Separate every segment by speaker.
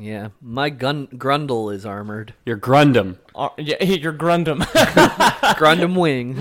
Speaker 1: Yeah, my gun Grundle is armored.
Speaker 2: your Grundum.
Speaker 3: Ar- Uh, yeah, your Grundum.
Speaker 1: Grundum wing.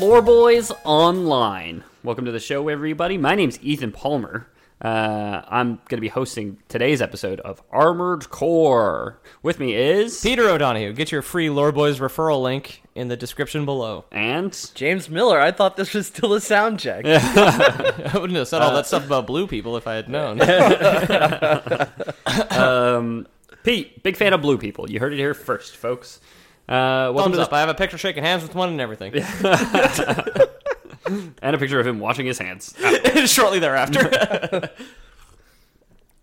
Speaker 2: Lore Boys Online. Welcome to the show, everybody. My name's Ethan Palmer. Uh, I'm going to be hosting today's episode of Armored Core. With me is
Speaker 3: Peter O'Donohue, get your free Lore Boys referral link in the description below.
Speaker 2: and
Speaker 1: James Miller. I thought this was still a sound check. Yeah.
Speaker 3: I wouldn't have said all that stuff about blue people if I had known.
Speaker 2: Pete. Big fan of blue people. You heard it here first, folks. Uh, welcome
Speaker 3: Thumbs
Speaker 2: to the
Speaker 3: up. I have a picture shaking hands with one and everything.
Speaker 2: and a picture of him washing his hands.
Speaker 3: Shortly thereafter.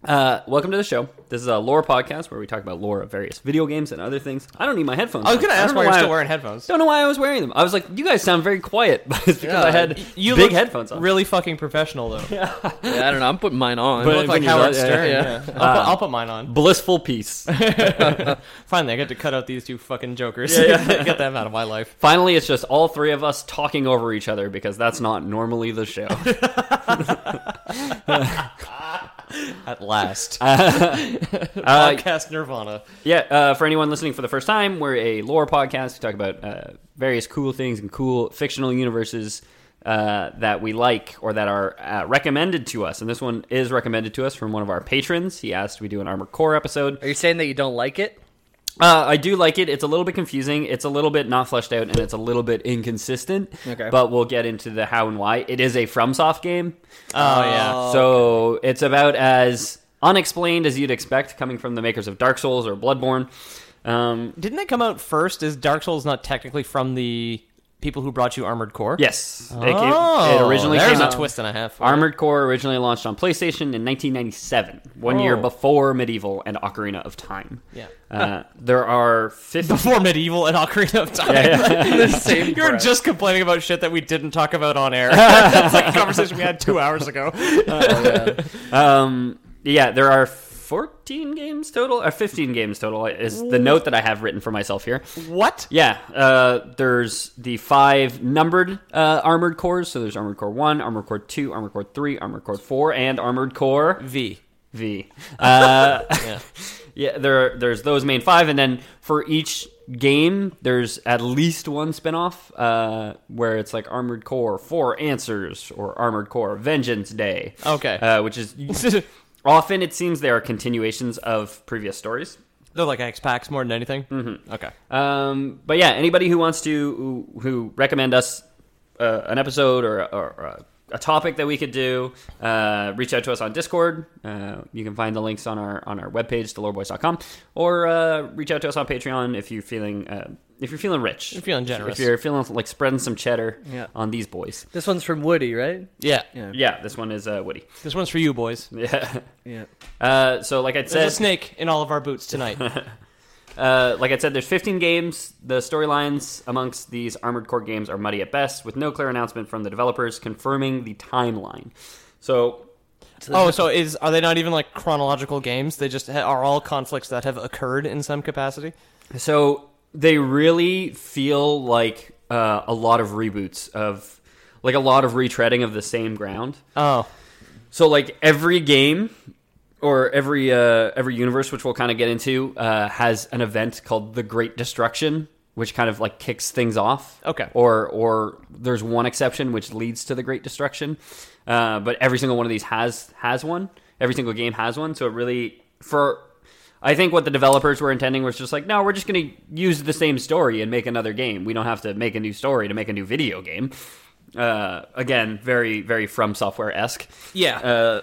Speaker 2: Uh, welcome to the show. This is a lore podcast where we talk about lore of various video games and other things. I don't need my headphones.
Speaker 3: I was going to
Speaker 2: on.
Speaker 3: ask
Speaker 2: don't
Speaker 3: why
Speaker 2: know
Speaker 3: you're still
Speaker 2: I-
Speaker 3: wearing headphones.
Speaker 2: Don't know why I was wearing them. I was like, you guys sound very quiet, but it's because I had
Speaker 3: you
Speaker 2: big
Speaker 3: look
Speaker 2: headphones on.
Speaker 3: Really fucking professional, though. Yeah,
Speaker 1: I don't know. I'm putting mine on.
Speaker 2: But-
Speaker 3: look like
Speaker 2: when you look-
Speaker 3: Howard
Speaker 2: yeah,
Speaker 3: Stern.
Speaker 2: yeah,
Speaker 3: yeah. Uh, I'll, put, I'll put mine on.
Speaker 2: Blissful peace.
Speaker 3: Finally, I get to cut out these two fucking jokers. get them out of my life.
Speaker 2: Finally, it's just all three of us talking over each other because that's not normally the show.
Speaker 3: At last.
Speaker 2: Uh,
Speaker 3: Podcast Nirvana.
Speaker 2: yeah, uh, for anyone listening for the first time, we're a lore podcast. We talk about uh, various cool things and cool fictional universes uh, that we like or that are uh, recommended to us. And this one is recommended to us from one of our patrons. He asked we do an Armored Core episode.
Speaker 1: Are you saying that you don't like it?
Speaker 2: Uh, I do like it. It's a little bit confusing. It's a little bit not fleshed out, and it's a little bit inconsistent.
Speaker 1: Okay.
Speaker 2: But we'll get into the how and why. It is a FromSoft game, Uh,
Speaker 3: Oh, yeah.
Speaker 2: so it's about as unexplained as you'd expect coming from the makers of Dark Souls or Bloodborne. Um,
Speaker 3: Didn't that come out first? Is Dark Souls not technically from the people who brought you Armored Core?
Speaker 2: yes, it, came-
Speaker 3: Oh,
Speaker 2: it originally
Speaker 3: there's
Speaker 2: came
Speaker 3: a
Speaker 2: out.
Speaker 3: twist and a half. for it.
Speaker 2: Armored Core originally launched on PlayStation in 1997, one year before Medieval and Ocarina of Time.
Speaker 3: Oh. Yeah.
Speaker 2: Uh, there are 50.
Speaker 3: before medieval and Ocarina of Time.
Speaker 1: the same.
Speaker 3: You're
Speaker 1: breath.
Speaker 3: just complaining about shit that we didn't talk about on air. That's like a conversation we had two hours ago.
Speaker 2: Um, yeah, there are 14 games total, or 15 games total, is the note that I have written for myself here.
Speaker 3: What?
Speaker 2: Yeah, uh, there's the five numbered uh, armored cores. So there's Armored Core 1, Armored Core 2, Armored Core 3, Armored Core 4, and Armored Core
Speaker 3: V.
Speaker 2: V. Uh, yeah. there there's those main five, and then for each game, there's at least one spinoff uh, where it's like Armored Core Four Answers or Armored Core Vengeance Day.
Speaker 3: Okay.
Speaker 2: uh, which is often it seems they are continuations of previous stories.
Speaker 3: They're like X packs more than anything. Mm-hmm. Okay.
Speaker 2: Um, but yeah, anybody who wants to who, who recommend us uh, an episode or, or, or a topic that we could do, uh, reach out to us on Discord. Uh, you can find the links on our on our webpage, theloreboys.com, or uh, reach out to us on Patreon if you're feeling uh, if you're feeling rich,
Speaker 3: You're feeling generous.
Speaker 2: if you're feeling like spreading some cheddar
Speaker 1: Yeah.
Speaker 2: on these boys.
Speaker 1: This one's from Woody, right?
Speaker 3: Yeah.
Speaker 2: Yeah, this one is uh, Woody.
Speaker 3: This one's for you, boys.
Speaker 2: Yeah.
Speaker 1: Yeah.
Speaker 2: Uh, so like I
Speaker 3: There's
Speaker 2: said,
Speaker 3: a snake in all of our boots tonight.
Speaker 2: Uh, like I said, there's 15 games. The storylines amongst these Armored Core games are muddy at best, with no clear announcement from the developers confirming the timeline. So,
Speaker 3: oh, so is are they not even like chronological games? They just ha- are all conflicts that have occurred in some capacity.
Speaker 2: so they really feel like uh, a lot of reboots of, like a lot of retreading of the same ground.
Speaker 3: Oh,
Speaker 2: So like every game or every uh, every universe, which we'll kind of get into, uh, has an event called the Great Destruction, which kind of like kicks things off.
Speaker 3: Okay.
Speaker 2: Or or there's one exception which leads to the Great Destruction, uh, but every single one of these has has one. Every single game has one. So it really for I think what the developers were intending was just like, no, we're just going to use the same story and make another game. We don't have to make a new story to make a new video game. Uh, again, very very from software esque.
Speaker 3: Yeah.
Speaker 2: Uh,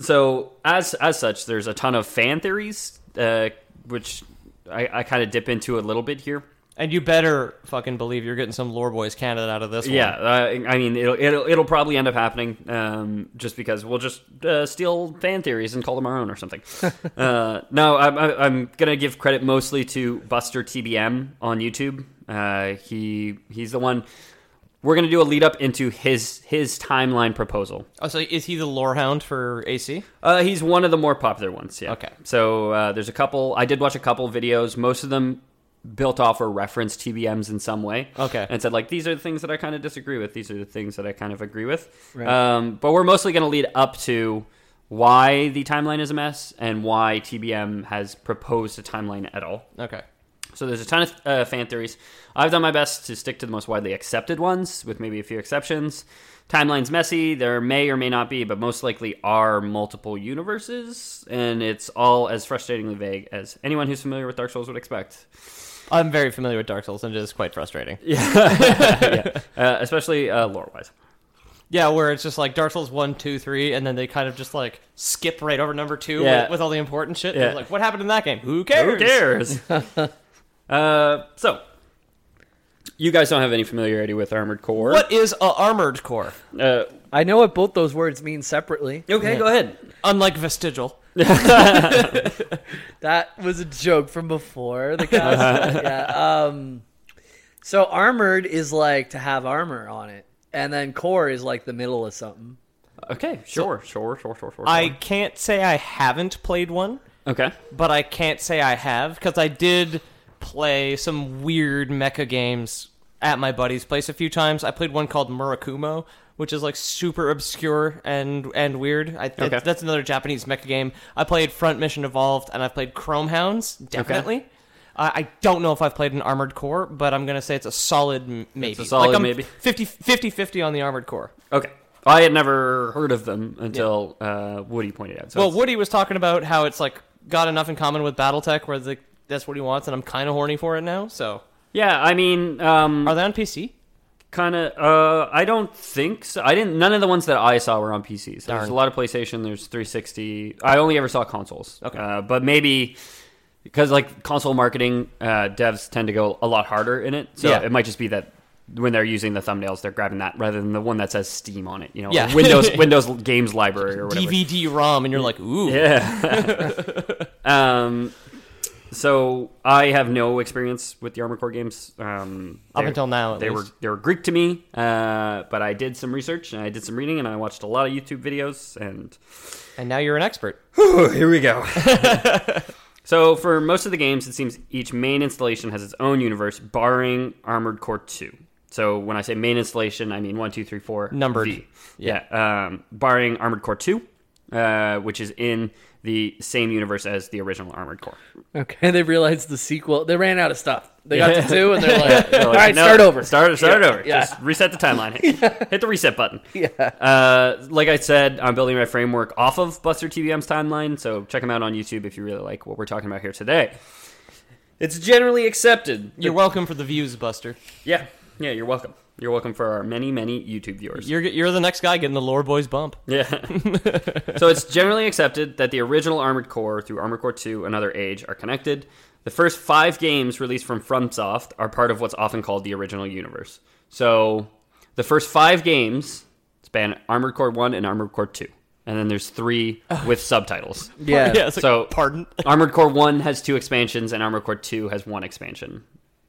Speaker 2: so as as such, there's a ton of fan theories, uh, which I, I kind of dip into a little bit here.
Speaker 3: And you better fucking believe you're getting some Lore Boys Canada out of this one.
Speaker 2: Yeah, uh, I mean it'll, it'll it'll probably end up happening um, just because we'll just uh, steal fan theories and call them our own or something. uh, no, I'm, I'm- I'm gonna give credit mostly to Buster TBM on YouTube. Uh, he he's the one. We're gonna do a lead up into his his timeline proposal.
Speaker 3: Oh, so is he the lore hound for AC?
Speaker 2: Uh, he's one of the more popular ones. Yeah.
Speaker 3: Okay.
Speaker 2: So uh, there's a couple. I did watch a couple videos. Most of them built off or referenced TBMs in some way.
Speaker 3: Okay.
Speaker 2: And said like these are the things that I kind of disagree with. These are the things that I kind of agree with. Um, but we're mostly going to lead up to why the timeline is a mess and why TBM has proposed a timeline at all.
Speaker 3: Okay.
Speaker 2: So there's a ton of uh, fan theories. I've done my best to stick to the most widely accepted ones, with maybe a few exceptions. Timeline's messy. There may or may not be, but most likely are multiple universes, and it's all as frustratingly vague as anyone who's familiar with Dark Souls would expect.
Speaker 3: I'm very familiar with Dark Souls, and it is quite frustrating. Yeah,
Speaker 2: Uh, especially uh, lore-wise.
Speaker 3: where it's just like Dark Souls one, two, three, and then they kind of just like skip right over number two
Speaker 2: Yeah.
Speaker 3: with, with all the important shit.
Speaker 2: Yeah.
Speaker 3: Yeah. Like, what happened in that game? Who cares?
Speaker 2: Who cares? uh, so, you guys don't have any familiarity with Armored Core.
Speaker 3: What is a armored core?
Speaker 2: Uh,
Speaker 1: I know what both those words mean separately.
Speaker 2: okay, go ahead.
Speaker 3: Unlike vestigial.
Speaker 1: That was a joke from before the cast. yeah. Um, so armored is like to have armor on it, and then core is like the middle of something.
Speaker 2: Okay, sure, sure, sure, sure, sure.
Speaker 3: I
Speaker 2: sure.
Speaker 3: can't say I haven't played one,
Speaker 2: okay.
Speaker 3: but I can't say I have because I did play some weird mecha games at my buddy's place a few times. I played one called Murakumo, which is like super obscure and and weird. I, th-
Speaker 2: Okay.
Speaker 3: That's another Japanese mecha game. I played Front Mission Evolved and I've played Chrome Hounds definitely. Uh, I don't know if I've played an Armored Core, but I'm going to say it's a solid m- maybe.
Speaker 2: solid
Speaker 3: like I'm
Speaker 2: maybe.
Speaker 3: 50 50 on the Armored Core.
Speaker 2: Okay. I had never heard of them until uh, Woody pointed out. So
Speaker 3: Well,
Speaker 2: it's-
Speaker 3: Woody was talking about how it's like got enough in common with BattleTech where the, that's what he wants, and I'm kind of horny for it now. So,
Speaker 2: yeah, I mean, um,
Speaker 3: are they on PC?
Speaker 2: kind of. Uh, I don't think so. I didn't. None of the ones that I saw were on PCs. There's
Speaker 3: Darn.
Speaker 2: a lot of PlayStation. There's 360. I only ever saw consoles.
Speaker 3: Okay.
Speaker 2: uh, but maybe because like console marketing, uh, devs tend to go a lot harder in it. So
Speaker 3: Yeah.
Speaker 2: it might just be that when they're using the thumbnails, they're grabbing that rather than the one that says Steam on it. You know, or
Speaker 3: Yeah.
Speaker 2: Windows Windows Games Library or whatever.
Speaker 3: DVD-ROM, and you're like, ooh,
Speaker 2: Um, so I have no experience with the Armored Core games. Um,
Speaker 3: Up
Speaker 2: they-
Speaker 3: until now, at
Speaker 2: they
Speaker 3: least.
Speaker 2: were they were Greek to me. Uh, but I did some research and I did some reading and I watched a lot of YouTube videos and
Speaker 3: and now you're an expert.
Speaker 2: here we go. so for most of the games, it seems each main installation has its own universe, barring Armored Core Two. So when I say main installation, I mean one, two, three, four.
Speaker 3: Numbered.
Speaker 2: V. Yeah. Um, barring Armored Core Two, uh, which is in the same universe as the original Armored Core.
Speaker 1: Okay, they realized the sequel. They ran out of stuff. They got to two, and they're like, "All
Speaker 2: They're like,
Speaker 1: right,
Speaker 2: "No,
Speaker 1: start over."
Speaker 2: Start, start
Speaker 1: Yeah,
Speaker 2: over.
Speaker 1: yeah.
Speaker 2: Just reset the timeline. Hit, hit the reset button. Yeah. Uh, like I said, I'm building my framework off of Buster TBM's timeline, so check him out on YouTube if you really like what we're talking about here today. It's generally accepted.
Speaker 3: You're welcome for the views, Buster.
Speaker 2: yeah. Yeah, you're welcome. You're welcome for our many, many YouTube viewers.
Speaker 3: You're you're the next guy getting the lore boys bump.
Speaker 2: Yeah. so it's generally accepted that the original Armored Core through Armored Core 2 and Other Age are connected. The first five games released from FromSoft are part of what's often called the original universe. So the first five games span Armored Core 1 and Armored Core 2. And then there's three with subtitles.
Speaker 1: Yeah.
Speaker 3: yeah it's like,
Speaker 2: So-
Speaker 3: pardon.
Speaker 2: Armored Core 1 has two expansions, and Armored Core 2 has one expansion.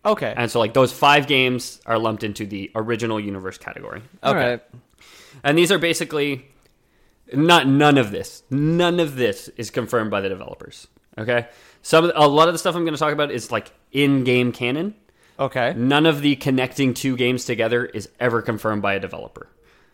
Speaker 3: Okay,
Speaker 2: And so, like, those five games are lumped into the original universe category.
Speaker 1: All right.
Speaker 2: And these are basically not none of this. None of this is confirmed by the developers. Okay? Some a lot of the stuff I'm going to talk about is like in-game canon.
Speaker 3: okay.
Speaker 2: None of the connecting two games together is ever confirmed by a developer.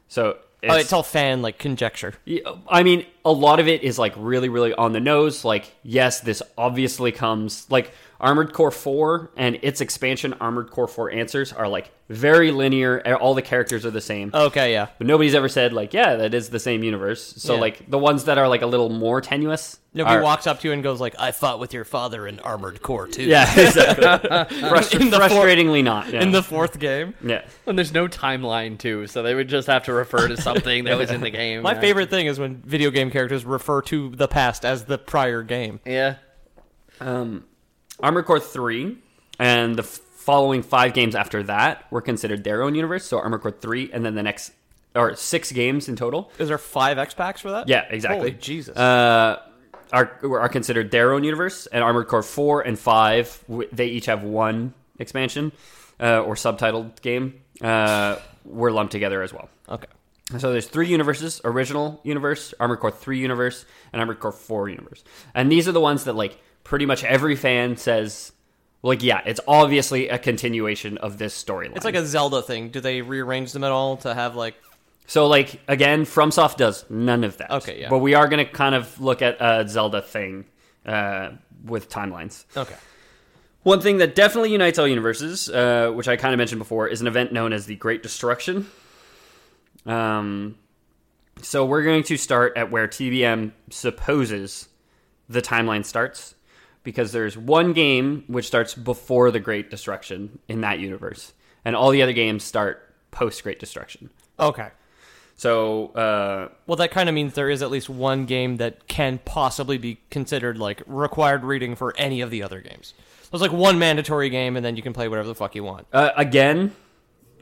Speaker 2: So
Speaker 3: Oh,
Speaker 2: it's,
Speaker 3: it's all fan like conjecture.
Speaker 2: yeah, I mean, a lot of it is like really, really on the nose. Like, yes, this obviously comes like Armored Core 4 and its expansion, Armored Core 4 Answers, are like very linear. and All the characters are the same.
Speaker 3: Okay, yeah.
Speaker 2: But nobody's ever said like, yeah, that is the same universe. So
Speaker 3: Yeah.
Speaker 2: like the ones that are like a little more tenuous.
Speaker 3: Nobody
Speaker 2: are-
Speaker 3: walks up to you and goes like, "I fought with your father in Armored Core too."
Speaker 2: Yeah, exactly. Frustr-
Speaker 3: In the four-
Speaker 2: frustratingly not. Yeah.
Speaker 3: in the fourth game.
Speaker 2: yeah.
Speaker 1: And there's no timeline too, so they would just have to refer to something that was in the game.
Speaker 3: My
Speaker 1: yeah.
Speaker 3: favorite thing is when video game characters refer to the past as the prior game.
Speaker 1: Yeah.
Speaker 2: Um, Armored Core 3 and the f- following five games after that were considered their own universe. So Armored Core 3 and then the next, or six games in total.
Speaker 3: Is there five X packs for that?
Speaker 2: Yeah, exactly.
Speaker 3: Holy Jesus.
Speaker 2: Uh, are, are considered their own universe, and Armored Core 4 and 5, w- they each have one expansion uh, or subtitled game, uh, were lumped together as well.
Speaker 3: okay.
Speaker 2: So there's three universes: original universe, Armored Core three universe, and Armored Core four universe. And these are the ones that like pretty much every fan says, like, yeah, it's obviously a continuation of this storyline.
Speaker 3: It's like a Zelda thing. Do they rearrange them at all to have like?
Speaker 2: so like again, FromSoft does none of that.
Speaker 3: Okay, yeah.
Speaker 2: But we are gonna kind of look at a Zelda thing uh, with timelines.
Speaker 3: Okay.
Speaker 2: One thing that definitely unites all universes, uh, which I kind of mentioned before, is an event known as the Great Destruction. Um, so we're going to start at where TBM supposes the timeline starts, because there's one game which starts before the Great Destruction in that universe, and all the other games start post Great Destruction.
Speaker 3: Okay.
Speaker 2: So uh,
Speaker 3: Well, that kind of means there is at least one game that can possibly be considered like required reading for any of the other games. So it's like one mandatory game, and then you can play whatever the fuck you want.
Speaker 2: Uh, again,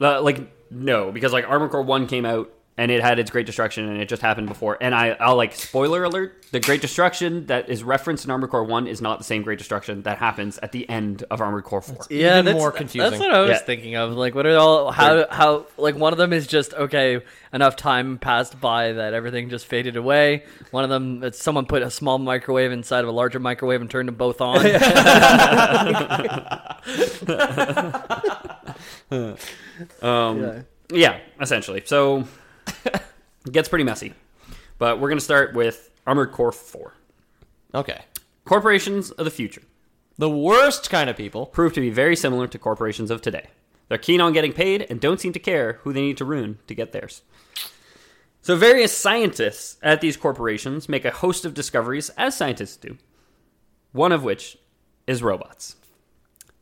Speaker 2: uh, like no, because like Armored Core One came out and it had its Great Destruction and it just happened before. And I, I'll like spoiler alert: the Great Destruction that is referenced in Armored Core One is not the same Great Destruction that happens at the end of Armored Core Four.
Speaker 1: Yeah,
Speaker 3: Even
Speaker 1: that's,
Speaker 3: more
Speaker 1: That's
Speaker 3: confusing.
Speaker 1: what I was
Speaker 2: Yeah.
Speaker 1: thinking of. Like, what are all how how like one of them is just okay. Enough time passed by that everything just faded away. One of them, it's someone put a small microwave inside of a larger microwave and turned them both on.
Speaker 2: Um, yeah. essentially. So it gets pretty messy, but we're gonna start with Armored Core Four.
Speaker 3: Okay.
Speaker 2: Corporations of the future.
Speaker 3: The worst kind of people.
Speaker 2: prove to be very similar to corporations of today. They're keen on getting paid and don't seem to care who they need to ruin to get theirs. So, various scientists at these corporations make a host of discoveries, as scientists do, one of which is robots.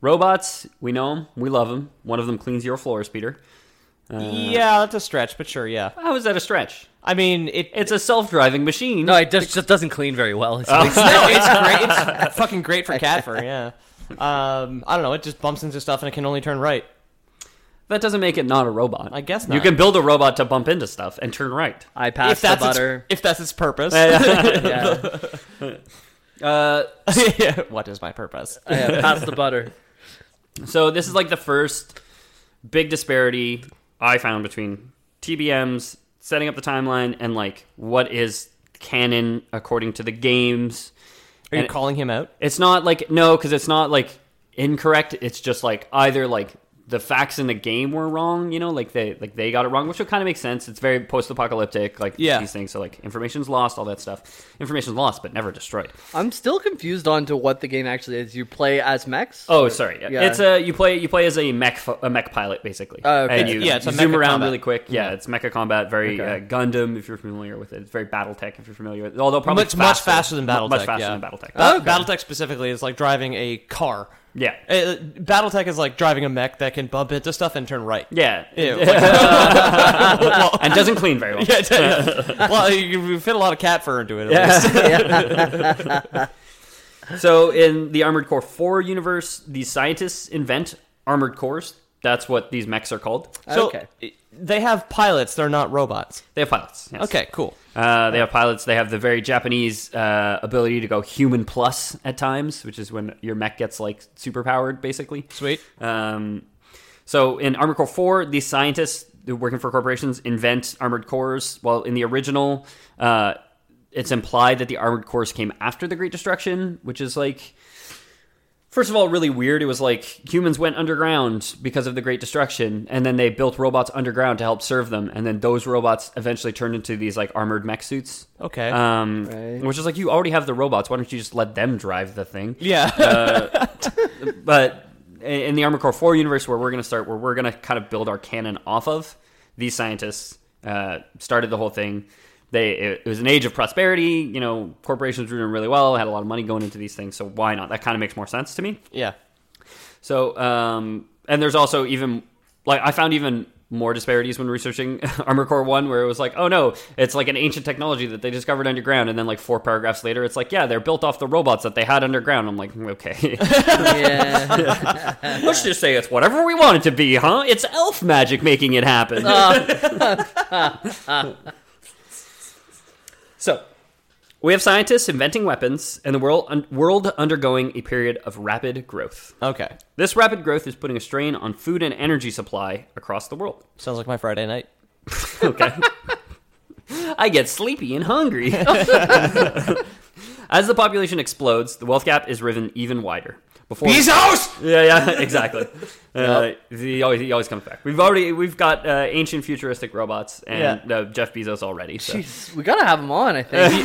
Speaker 2: Robots, we know them, we love them. One of them cleans your floors, Peter.
Speaker 3: yeah, that's a stretch, but sure, yeah.
Speaker 2: How is that a stretch?
Speaker 3: I mean, it,
Speaker 2: It's a self driving machine.
Speaker 1: No, it just, just doesn't clean very well.
Speaker 2: Oh.
Speaker 1: It's like-
Speaker 3: no, it's great. It's fucking great for cat fur. Yeah. Um, I don't know. It just bumps into stuff and it can only turn right.
Speaker 2: That doesn't make it not a robot.
Speaker 3: I guess
Speaker 2: You
Speaker 3: not.
Speaker 2: can build a robot to bump into stuff and turn right.
Speaker 1: I passed
Speaker 3: if
Speaker 1: the
Speaker 3: that's
Speaker 1: butter.
Speaker 3: Its, if that's its purpose.
Speaker 1: yeah,
Speaker 2: Uh,
Speaker 3: Yeah. What is my purpose?
Speaker 1: yeah, pass the butter.
Speaker 2: So this is like the first big disparity I found between TBM's setting up the timeline and like what is canon according to the games.
Speaker 3: Are you
Speaker 2: And-
Speaker 3: calling him out?
Speaker 2: It's not like no, because it's not like incorrect. It's just like either like the facts in the game were wrong, you know, like they like they got it wrong, which would kind of make sense. It's very post-apocalyptic, like
Speaker 3: Yeah.
Speaker 2: these things. So like information's lost, all that stuff. Information's lost, but never destroyed.
Speaker 1: I'm still confused on to what the game actually is. You play as mechs.
Speaker 2: Oh, sorry.
Speaker 1: Yeah.
Speaker 2: It's a you play you play as a mech fo- a mech pilot basically.
Speaker 1: Oh, okay.
Speaker 2: And you,
Speaker 3: Yeah, it's a
Speaker 2: you zoom
Speaker 3: mecha
Speaker 2: around
Speaker 3: combat.
Speaker 2: really quick. Yeah, it's mecha combat. Very
Speaker 1: Okay.
Speaker 2: uh, Gundam if you're familiar with it. It's very BattleTech if you're familiar with it. Although probably
Speaker 3: Much- much faster than
Speaker 2: Mu- Much
Speaker 3: BattleTech,
Speaker 2: faster
Speaker 3: yeah.
Speaker 2: than BattleTech.
Speaker 3: Ba- BattleTech specifically is like driving a car.
Speaker 2: yeah.
Speaker 3: Uh, BattleTech is like driving a mech that can bump into stuff and turn right.
Speaker 2: Yeah.
Speaker 3: Ew. Like,
Speaker 2: and doesn't clean very well.
Speaker 3: yeah, yeah. Well, you you fit a lot of cat fur into it. at least.
Speaker 2: So in the Armored Core 4 universe, these scientists invent armored cores. That's what these mechs are called.
Speaker 3: So
Speaker 1: Okay.
Speaker 3: i- they have pilots. They're not robots.
Speaker 2: They have pilots. yes.
Speaker 3: Okay, cool.
Speaker 2: Uh, they have pilots. They have the very Japanese uh, ability to go human plus at times, which is when your mech gets like superpowered, basically.
Speaker 3: Sweet.
Speaker 2: Um, so in Armored Core 4, these scientists who are working for corporations invent armored cores. While in the original, uh, it's implied that the armored cores came after the Great Destruction, which is like first of all really weird. It was like humans went underground because of the Great Destruction, and then they built robots underground to help serve them, and then those robots eventually turned into these like armored mech suits.
Speaker 3: Okay.
Speaker 2: Um, Which is like you already have the robots. Why don't you just let them drive the thing? Uh,
Speaker 3: yeah.
Speaker 2: But in- in the Armored Core Four universe, where we're going to start, where we're going to kind of build our canon off of, these scientists uh, started the whole thing. They it, it was an age of prosperity. You know, corporations were doing really well, had a lot of money going into these things. So why not? That kind of makes more sense to me.
Speaker 3: yeah.
Speaker 2: So, um, and there's also even like I found even more disparities when researching Armor Core One, where it was like, oh no, it's like an ancient technology that they discovered underground, and then like four paragraphs later, it's like, yeah, they're built off the robots that they had underground. I'm like, "Mm, okay,
Speaker 1: Yeah.
Speaker 2: let's just say it's whatever we want it to be, huh? It's elf magic making it happen. Uh. so. We have scientists inventing weapons and the world, un- world undergoing a period of rapid growth.
Speaker 3: Okay.
Speaker 2: This rapid growth is putting a strain on food and energy supply across the world.
Speaker 3: Sounds like my Friday night.
Speaker 2: Okay. I get sleepy and hungry. As the population explodes, the wealth gap is riven even wider. Before
Speaker 3: Bezos.
Speaker 2: yeah, yeah, exactly. Uh, he, always, he always comes back. We've already we've got uh, ancient futuristic robots and
Speaker 3: Yeah.
Speaker 2: uh, Jeff Bezos already. So.
Speaker 1: Jeez, we gotta have him on. I think.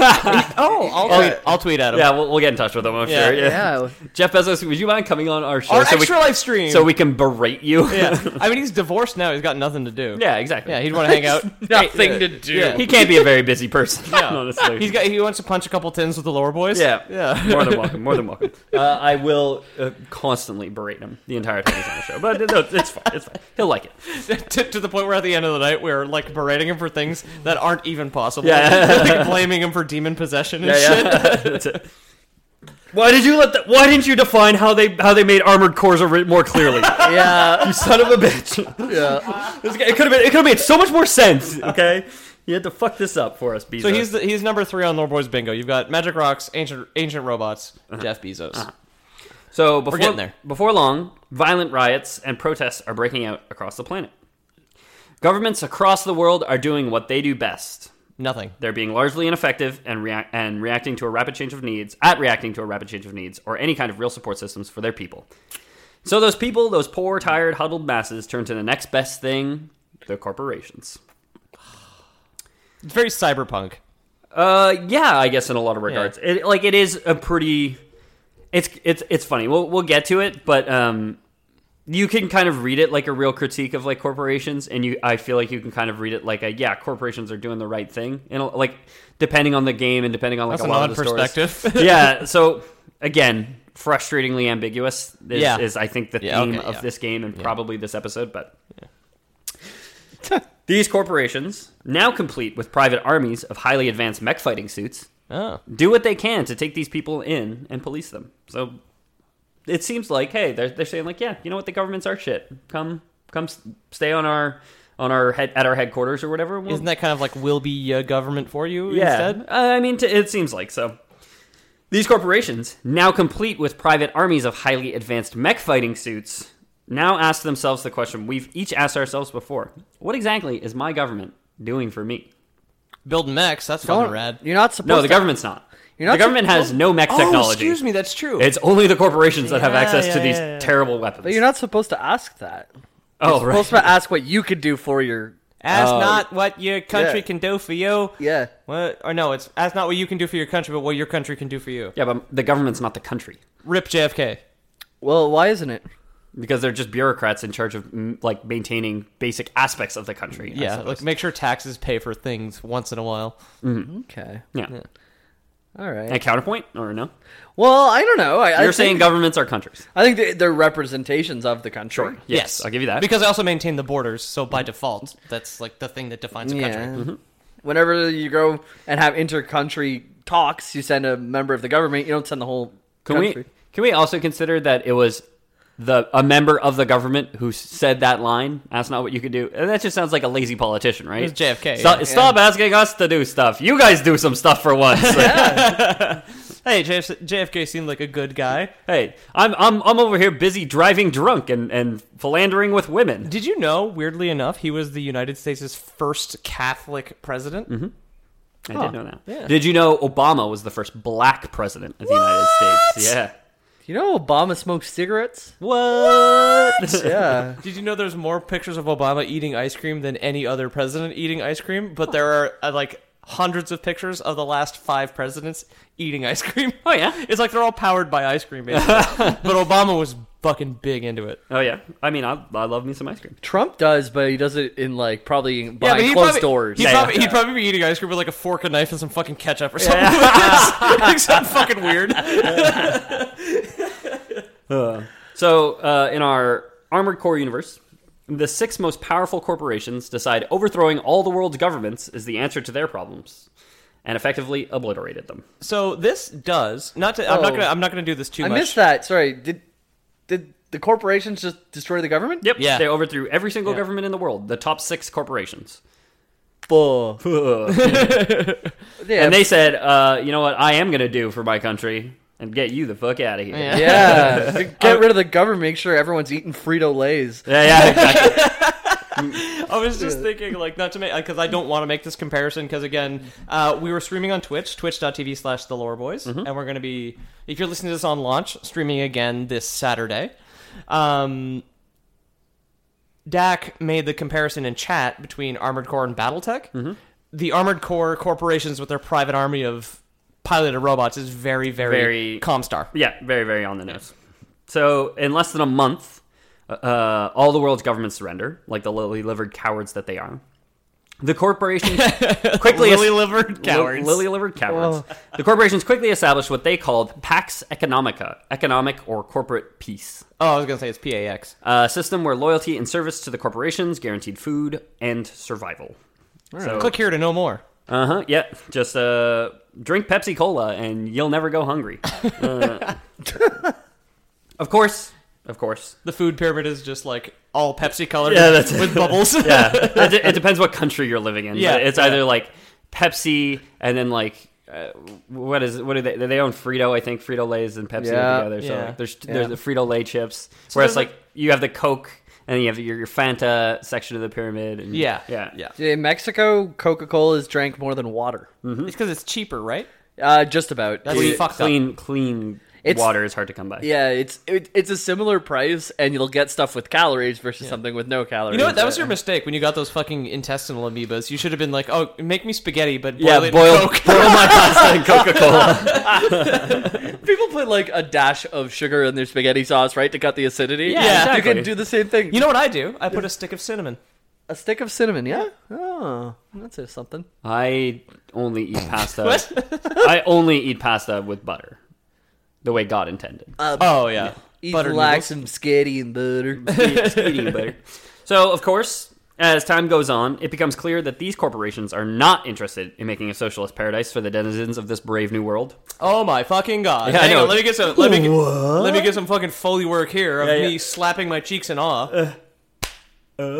Speaker 3: Oh, I'll tweet, I'll tweet at him.
Speaker 2: Yeah, we'll, we'll get in touch with him. I'm
Speaker 3: Yeah.
Speaker 2: sure.
Speaker 1: yeah.
Speaker 2: Jeff Bezos, would you mind coming on our show
Speaker 3: Our
Speaker 2: so
Speaker 3: extra
Speaker 2: we
Speaker 3: live stream.
Speaker 2: so we can berate you?
Speaker 3: yeah. I mean, he's divorced now. He's got nothing to do.
Speaker 2: yeah, exactly.
Speaker 3: Yeah. He'd want to hang out.
Speaker 1: Nothing to do.
Speaker 3: Yeah.
Speaker 2: he can't be a very busy person. honestly.
Speaker 3: He's got. He wants to punch a couple tins with the lower boys.
Speaker 2: Yeah,
Speaker 3: Yeah.
Speaker 2: More than welcome. More than welcome. Uh, I will uh, constantly berate him the entire time he's on the show, but uh, no, it's fine. It's fine. He'll like it.
Speaker 3: to, to the point where at the end of the night we're like berating him for things that aren't even possible.
Speaker 2: Yeah.
Speaker 3: like blaming him for demon possession and shit.
Speaker 2: That's it. Why did you let that? Why didn't you define how they how they made armored cores are more clearly?
Speaker 1: Yeah.
Speaker 2: you son of a bitch!
Speaker 1: yeah.
Speaker 2: This guy- it could have been. It could have made so much more sense. Okay, you had to fuck this up for us, Bezos.
Speaker 3: So he's the, he's number three on Lord Boys Bingo. You've got Magic Rocks, Ancient Ancient Robots,
Speaker 2: Uh-huh.
Speaker 3: Jeff Bezos.
Speaker 2: So before,
Speaker 3: getting there.
Speaker 2: before long, violent riots and protests are breaking out across the planet. Governments across the world are doing what they do best.
Speaker 3: Nothing.
Speaker 2: They're being largely ineffective and react and reacting to a rapid change of needs at reacting to a rapid change of needs or any kind of real support systems for their people. So those people, those poor, tired, huddled masses, turn to the next best thing: the corporations.
Speaker 3: It's very cyberpunk.
Speaker 2: Uh, yeah, I guess in a lot of regards, it, like it is a pretty. It's it's it's funny. We'll we'll get to it, but um, you can kind of read it like a real critique of like corporations, and you I feel like you can kind of read it like a yeah, corporations are doing the right thing, and like depending on the game and depending on like
Speaker 3: That's
Speaker 2: a
Speaker 3: an
Speaker 2: lot
Speaker 3: odd
Speaker 2: of the stories.
Speaker 3: perspective.
Speaker 2: yeah. So again, frustratingly ambiguous is,
Speaker 3: Yeah.
Speaker 2: is I think the theme
Speaker 3: Yeah, okay,
Speaker 2: of
Speaker 3: yeah.
Speaker 2: this game and probably this episode. But these corporations, now complete with private armies of highly advanced mech fighting suits,
Speaker 3: oh.
Speaker 2: do what they can to take these people in and police them. So it seems like hey, they're they're saying like yeah, you know what, the governments are shit. Come come s- stay on our on our head at our headquarters or whatever. We'll-
Speaker 3: Isn't that kind of like will be uh, government for you instead?
Speaker 2: Uh, I mean, t- it seems like so. These corporations, now complete with private armies of highly advanced mech fighting suits, now ask themselves the question we've each asked ourselves before What exactly is my government doing for me?
Speaker 3: Build mechs. That's fucking
Speaker 1: Don't,
Speaker 3: rad.
Speaker 1: You're not supposed.
Speaker 2: No, the
Speaker 1: to-
Speaker 2: government's not.
Speaker 1: You're not
Speaker 2: the government
Speaker 1: sup-
Speaker 2: has no mech
Speaker 3: Oh,
Speaker 2: technology.
Speaker 3: excuse me. That's true.
Speaker 2: It's only the corporations that have
Speaker 3: Yeah,
Speaker 2: access to
Speaker 3: yeah,
Speaker 2: these
Speaker 3: yeah, yeah.
Speaker 2: terrible weapons.
Speaker 1: But you're not supposed to ask that.
Speaker 2: oh,
Speaker 1: You're
Speaker 2: right.
Speaker 1: supposed to ask what you could do for your.
Speaker 2: Oh.
Speaker 3: Ask not what your country
Speaker 1: Yeah.
Speaker 3: can do for you.
Speaker 1: Yeah.
Speaker 3: What? Or no, it's ask not what you can do for your country, but what your country can do for you.
Speaker 2: Yeah, but the government's not the country
Speaker 3: Rip JFK.
Speaker 1: Well, why isn't it?
Speaker 2: because they're just bureaucrats in charge of mm, like maintaining basic aspects of the country. I
Speaker 3: Yeah,
Speaker 2: suppose.
Speaker 3: like make sure taxes pay for things once in a while.
Speaker 1: Okay.
Speaker 2: yeah.
Speaker 1: All
Speaker 2: A
Speaker 1: right.
Speaker 2: counterpoint or no?
Speaker 1: Well, I don't know. I, I
Speaker 2: You're
Speaker 1: think,
Speaker 2: saying governments are countries.
Speaker 1: I think they- they're representations of the country.
Speaker 2: Yes, I'll give you that.
Speaker 3: Because I also maintain the borders, so by default, that's like the thing that defines a
Speaker 1: Yeah.
Speaker 3: country. Mm-hmm.
Speaker 1: Whenever you go and have inter-country talks, you send a member of the government. You don't send the whole
Speaker 2: can
Speaker 1: country.
Speaker 2: we can we also consider that it was the a member of the government who said that line? That's not what you could do. And that just sounds like a lazy politician, right?
Speaker 3: was JFK,
Speaker 2: Stop,
Speaker 3: yeah.
Speaker 2: stop asking us to do stuff. You guys do some stuff for once.
Speaker 3: Hey, JF- JFK seemed like a good guy.
Speaker 2: hey, I'm I'm I'm over here busy driving drunk and and philandering with women.
Speaker 3: Did you know, weirdly enough, he was the United States' first Catholic president?
Speaker 2: Mm-hmm. I didn't know that. Did you know Obama was the first black president of the United States? Yeah.
Speaker 1: you know Obama smoked cigarettes?
Speaker 2: What?
Speaker 1: Yeah.
Speaker 3: Did you know there's more pictures of Obama eating ice cream than any other president eating ice cream? But there are uh, like hundreds of pictures of the last five presidents eating ice cream.
Speaker 2: Oh, yeah?
Speaker 3: it's like they're all powered by ice cream, basically. but Obama was fucking big into it.
Speaker 2: oh yeah. I mean, I, I love me some ice cream.
Speaker 1: Trump does, but he does it in like probably behind
Speaker 3: he
Speaker 1: closed
Speaker 3: probably,
Speaker 1: doors.
Speaker 3: He'd,
Speaker 2: Yeah,
Speaker 3: probably,
Speaker 2: yeah.
Speaker 3: he'd probably be eating ice cream with like a fork, a knife, and some fucking ketchup or something. It's so fucking weird.
Speaker 2: So, uh, in our Armored Core universe, the six most powerful corporations decide overthrowing all the world's governments is the answer to their problems, and effectively obliterated them.
Speaker 3: So this does not. To, I'm
Speaker 1: Oh.
Speaker 3: not gonna. I'm not gonna do this too
Speaker 1: I
Speaker 3: much.
Speaker 1: missed that. Sorry. Did did the corporations just destroy the government?
Speaker 2: Yep.
Speaker 3: Yeah.
Speaker 2: They overthrew every single government in the world. The top six corporations.
Speaker 1: Buh. yeah.
Speaker 2: And they said, uh, you know what I am going to do for my country and get you the fuck out of here. Yeah,
Speaker 1: yeah. Get rid of the government. Make sure everyone's eating Frito Lay's.
Speaker 2: yeah, exactly.
Speaker 3: I was just thinking, like, not to make, because I don't want to make this comparison, because again, uh, we were streaming on Twitch, twitch.tv slash The Lore Boys, and we're going to be, if you're listening to this on launch, streaming again this Saturday. Um, Dak made the comparison in chat between Armored Core and Battletech. The Armored Core corporations with their private army of piloted robots is very, very,
Speaker 2: Very-
Speaker 3: Comstar.
Speaker 2: yeah, very, very on the nose. So, in less than a month, uh, all the world's governments surrender, like the lily-livered cowards that they are. The corporations quickly
Speaker 3: Lily-livered cowards.
Speaker 2: Lily livered cowards. The corporations quickly established what they called Pax Economica, economic or corporate peace,
Speaker 3: Oh, I was going to say it's PAX.
Speaker 2: a system where loyalty and service to the corporations guaranteed food and survival. So,
Speaker 3: Click here to know more.
Speaker 2: uh huh, yeah, just uh, drink Pepsi Cola and you'll never go hungry. Uh, of course, of course.
Speaker 3: The food pyramid is just like all Pepsi colored
Speaker 2: Yeah, that's it.
Speaker 3: with bubbles.
Speaker 2: yeah, Uh, it, de- it depends what country you're living in.
Speaker 3: Yeah,
Speaker 2: Yeah, it's
Speaker 3: yeah.
Speaker 2: either like Pepsi and then like uh, what is what do they they own Frito? I think Frito Lay's and Pepsi
Speaker 1: Yeah.
Speaker 2: are together. So
Speaker 3: Yeah.
Speaker 2: like, there's
Speaker 1: Yeah.
Speaker 2: there's the Frito Lay chips, whereas
Speaker 3: there's,
Speaker 2: like
Speaker 3: like-
Speaker 2: you have the Coke and you have your, your Fanta section of the pyramid. And,
Speaker 3: Yeah.
Speaker 2: yeah,
Speaker 3: Yeah.
Speaker 1: In Mexico, Coca Cola is drank more than water.
Speaker 3: It's because it's cheaper, right?
Speaker 1: Uh, just about.
Speaker 3: That's
Speaker 1: It-
Speaker 2: Clean,
Speaker 3: It's fucked up.
Speaker 2: clean, clean
Speaker 1: It's-
Speaker 2: water is hard to come by.
Speaker 1: yeah, it's it, it's a similar price, and you'll get stuff with calories versus something with no calories.
Speaker 3: You know what? That was
Speaker 1: Uh,
Speaker 3: your mistake when you got those fucking intestinal amoebas. You should have been like, "Oh, make me spaghetti, but boil
Speaker 2: yeah,
Speaker 3: it in
Speaker 2: boil, boil
Speaker 3: Coke."
Speaker 2: my pasta in Coca Cola.
Speaker 1: People put like a dash of sugar in their spaghetti sauce, right, to cut the acidity.
Speaker 2: Yeah,
Speaker 1: you
Speaker 2: exactly.
Speaker 1: can do the same thing.
Speaker 3: You know what I do? I put a stick of cinnamon.
Speaker 1: a stick of cinnamon. Yeah. Oh, that's a something.
Speaker 2: I only eat pasta.
Speaker 3: What?
Speaker 2: I only eat pasta with butter, the way God intended.
Speaker 3: Oh yeah,
Speaker 1: Eat
Speaker 3: butter
Speaker 1: like
Speaker 3: noodles.
Speaker 1: some skitty and butter.
Speaker 2: eating butter. So, of course, as time goes on, it becomes clear that these corporations are not interested in making a socialist paradise for the denizens of this brave new world.
Speaker 3: Oh my fucking god!
Speaker 2: Yeah, I
Speaker 3: Hang
Speaker 2: know.
Speaker 3: on, let me get some. Let me get, let me get some fucking foley work here of
Speaker 2: Yeah, yeah.
Speaker 3: me slapping my cheeks in awe.
Speaker 2: Uh. Jamie,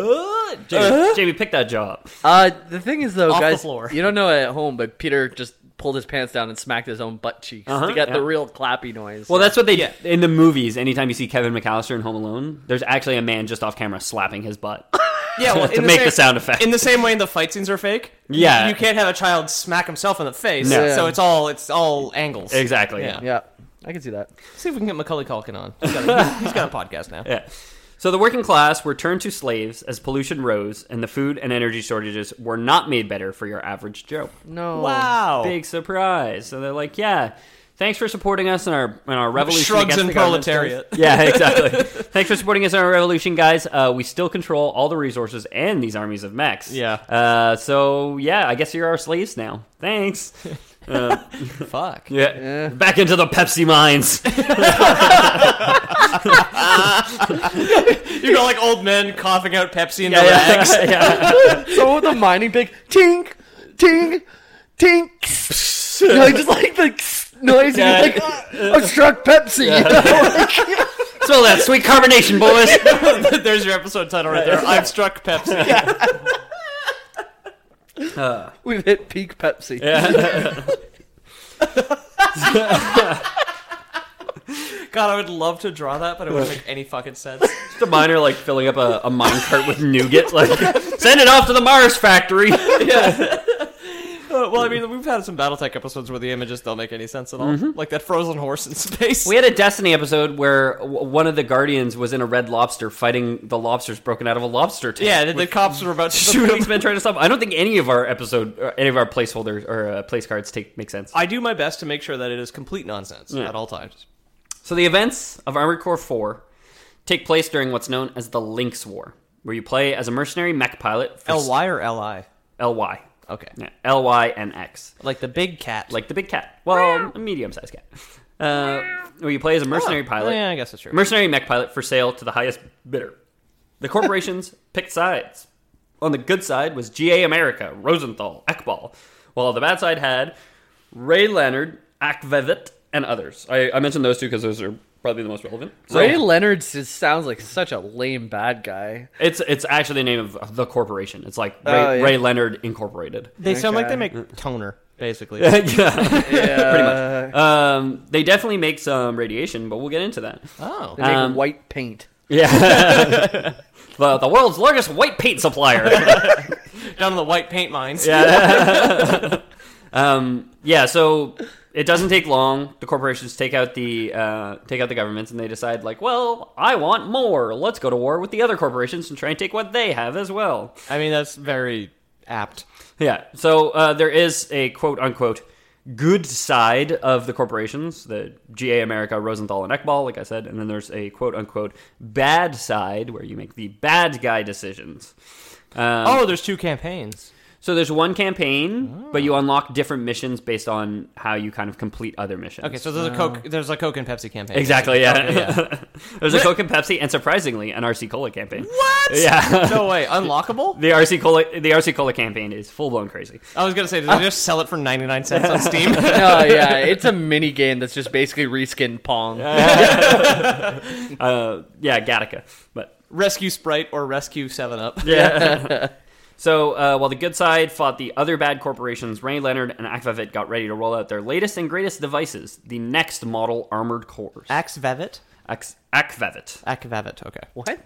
Speaker 3: Uh-huh.
Speaker 2: Jamie pick that job.
Speaker 1: uh, the thing is, though,
Speaker 3: Off the
Speaker 1: guys,
Speaker 3: floor.
Speaker 1: you don't know it at home, but Peter just pulled his pants down and smacked his own butt cheeks
Speaker 2: Uh-huh,
Speaker 1: to get the
Speaker 2: yeah.
Speaker 1: real clappy noise.
Speaker 2: Well, that's what they
Speaker 3: Yeah.
Speaker 2: in the movies. Anytime you see Kevin McAllister in Home Alone, there's actually a man just off camera slapping his butt.
Speaker 3: yeah, well,
Speaker 2: To
Speaker 3: in
Speaker 2: make the
Speaker 3: same-
Speaker 2: sound effect.
Speaker 3: In the same way, the fight scenes are fake.
Speaker 2: Yeah.
Speaker 3: you can't have a child smack himself in the face.
Speaker 2: No.
Speaker 3: So it's all it's all angles.
Speaker 2: exactly.
Speaker 3: Yeah.
Speaker 1: yeah, I can see that.
Speaker 3: See if we can get Macaulay Culkin on. He's got a, he's got a podcast now.
Speaker 2: Yeah. So the working class were turned to slaves as pollution rose, and the food and energy shortages were not made better for your average Joe.
Speaker 1: No.
Speaker 3: Wow.
Speaker 2: Big surprise. So they're like, yeah, thanks for supporting us in our in our revolution.
Speaker 3: Shrugs
Speaker 2: against
Speaker 3: and
Speaker 2: the government, guys."
Speaker 3: proletariat.
Speaker 2: Yeah, exactly. thanks for supporting us in our revolution, guys. Uh, we still control all the resources and these armies of mechs.
Speaker 3: Yeah.
Speaker 2: Uh, so yeah, I guess you're our slaves now. Thanks.
Speaker 3: Fuck.
Speaker 2: Yeah. Back into the Pepsi mines.
Speaker 3: You got like old men coughing out Pepsi in the
Speaker 2: yeah,
Speaker 3: rags.
Speaker 2: yeah.
Speaker 1: So with the mining pig, tink, tink, tink. You know, like, just like the noise, and you're like, "Ah, I'm struck Pepsi. you know, like-
Speaker 2: Smell that sweet carbonation, boys.
Speaker 3: There's your episode title right there. I've struck Pepsi.
Speaker 1: We've hit peak Pepsi.
Speaker 3: God, I would love to draw that, but it wouldn't make any fucking sense.
Speaker 2: the miner like filling up a, a mine cart with nougat. Like, send it off to the Mars factory.
Speaker 3: Uh, well, I mean, we've had some BattleTech episodes where the images don't make any sense at all, like that frozen horse in space.
Speaker 2: We had a Destiny episode where w- one of the Guardians was in a red lobster fighting the lobsters broken out of a lobster tank.
Speaker 3: yeah, the, the cops were about to shoot
Speaker 2: Dude,
Speaker 3: him.
Speaker 2: he's been trying to stop. I don't think any of our episode, or any of our placeholders or uh, place cards take make sense.
Speaker 3: I do my best to make sure that it is complete nonsense at all times.
Speaker 2: So the events of Armored Core 4 take place during what's known as the Lynx War, where you play as a mercenary mech pilot for s-
Speaker 3: L-Y or L-I?
Speaker 2: LY.
Speaker 3: Okay.
Speaker 2: Yeah, LY and X.
Speaker 3: Like the big cat.
Speaker 2: Like the big cat. Well, a medium sized cat. Uh, where you play as a mercenary pilot.
Speaker 3: Oh, Yeah, Eh, I guess that's true.
Speaker 2: Mercenary mech pilot for sale to the highest bidder. The corporations picked sides. On the good side was GA America, Rosenthal, Ekbal, while the bad side had Ray Leonard, Akvevit, and others. I, I mentioned those two because those are probably the most relevant. So,
Speaker 1: Ray Leonard just sounds like such a lame bad guy.
Speaker 2: it's it's actually the name of the corporation. It's like Ray,
Speaker 3: Oh,
Speaker 1: yeah.
Speaker 2: Ray Leonard Incorporated.
Speaker 3: they sound like
Speaker 1: Okay.
Speaker 3: they make toner, basically.
Speaker 2: yeah,
Speaker 1: Yeah,
Speaker 2: pretty much. Um, they definitely make some radiation, but we'll get into that.
Speaker 3: oh.
Speaker 1: They make white paint.
Speaker 2: Yeah, the, the world's largest white paint supplier.
Speaker 3: Down in the white paint mines.
Speaker 2: Um, yeah, so it doesn't take long. The corporations take out the uh, take out the governments, and they decide like, well, I want more. Let's go to war with the other corporations and try and take what they have as well.
Speaker 3: I mean, that's very apt.
Speaker 2: Yeah. So uh, there is a quote unquote good side of the corporations, the GA America, Rosenthal, and Ekbal, like I said, and then there's a quote unquote bad side where you make the bad guy decisions. Um,
Speaker 3: Oh, there's two campaigns.
Speaker 2: So there's one campaign, but
Speaker 3: Oh.
Speaker 2: you unlock different missions based on how you kind of complete other missions.
Speaker 3: Okay, so there's a Coke, there's a Coke and Pepsi campaign.
Speaker 2: Exactly, yeah.
Speaker 3: yeah.
Speaker 2: There's a Coke and Pepsi, and surprisingly, an RC Cola campaign.
Speaker 3: What?
Speaker 2: Yeah.
Speaker 3: no way. Unlockable?
Speaker 2: The RC Cola, the RC Cola campaign is full blown crazy.
Speaker 3: I was gonna say, did they just sell it for 99 cents on Steam?
Speaker 1: Oh yeah, it's a mini game that's just basically reskinned Pong.
Speaker 2: Uh, yeah, Gattaca, but
Speaker 3: rescue Sprite or Rescue 7-Up.
Speaker 2: yeah. so uh, while the good side fought the other bad corporations, Ray Leonard and Akvavit got ready to roll out their latest and greatest devices, the next model armored cores.
Speaker 3: Axe Vevit?
Speaker 2: Ax- Akvavit
Speaker 3: Axe Vevit, okay.
Speaker 1: What?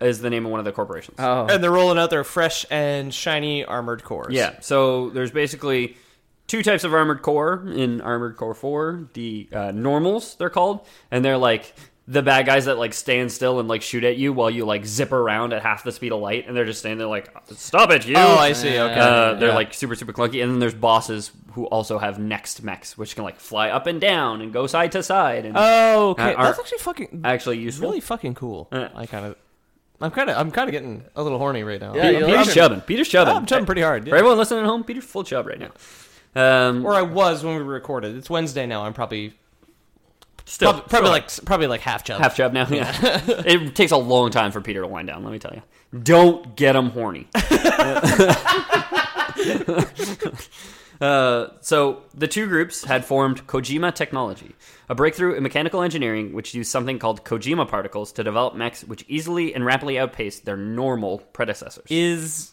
Speaker 2: is the name of one of the corporations.
Speaker 3: And they're rolling out their fresh and shiny armored cores.
Speaker 2: Yeah. So there's basically two types of armored core in Armored Core Four. The uh, normals they're called, and they're like the bad guys that like stand still and like shoot at you while you like zip around at half the speed of light, and they're just standing there like, "Stop it, you!"
Speaker 3: Oh, I see, okay.
Speaker 2: Uh, they're
Speaker 3: Yeah.
Speaker 2: like super super clunky, and then there's bosses who also have next mechs, which can like fly up and down and go side to side, and
Speaker 3: Oh,
Speaker 2: Uh,
Speaker 3: okay.
Speaker 2: are-
Speaker 3: That's actually fucking
Speaker 2: actually useful.
Speaker 3: really fucking cool. I kind of I'm kind of I'm kind of getting a little horny right now.
Speaker 1: Yeah, you
Speaker 2: Peter's
Speaker 1: like it.
Speaker 2: chubbing. Peter's chubbing.
Speaker 3: I'm chubbing pretty hard,
Speaker 2: For
Speaker 3: yeah.
Speaker 2: everyone listening at home, Peter's full chub right now. Um,
Speaker 3: Or I was when we recorded. It's Wednesday now. I'm probably
Speaker 2: still,
Speaker 3: prob- probably
Speaker 2: still-
Speaker 3: like probably like half chub.
Speaker 2: half job now. Yeah, it takes a long time for Peter to wind down. Let me tell you. Don't get him horny. Uh, so the two groups had formed Kojima Technology, a breakthrough in mechanical engineering which used something called Kojima particles to develop mechs which easily and rapidly outpaced their normal predecessors.
Speaker 3: Is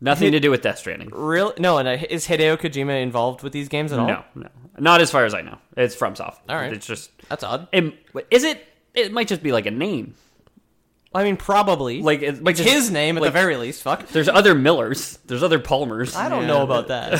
Speaker 2: Nothing to do with Death Stranding.
Speaker 3: real? No, and I, is Hideo Kojima involved with these games at all?
Speaker 2: No, no, not as far as I know. It's from Soft.
Speaker 3: Oh. All right.
Speaker 2: it's just
Speaker 3: That's odd.
Speaker 2: it, is it? It might just be like a name.
Speaker 3: I mean, probably.
Speaker 2: Like it might
Speaker 3: It's
Speaker 2: just-
Speaker 3: his name at
Speaker 2: like-
Speaker 3: the very least. Fuck.
Speaker 2: There's other Millers. There's other Palmers.
Speaker 3: I don't know about that.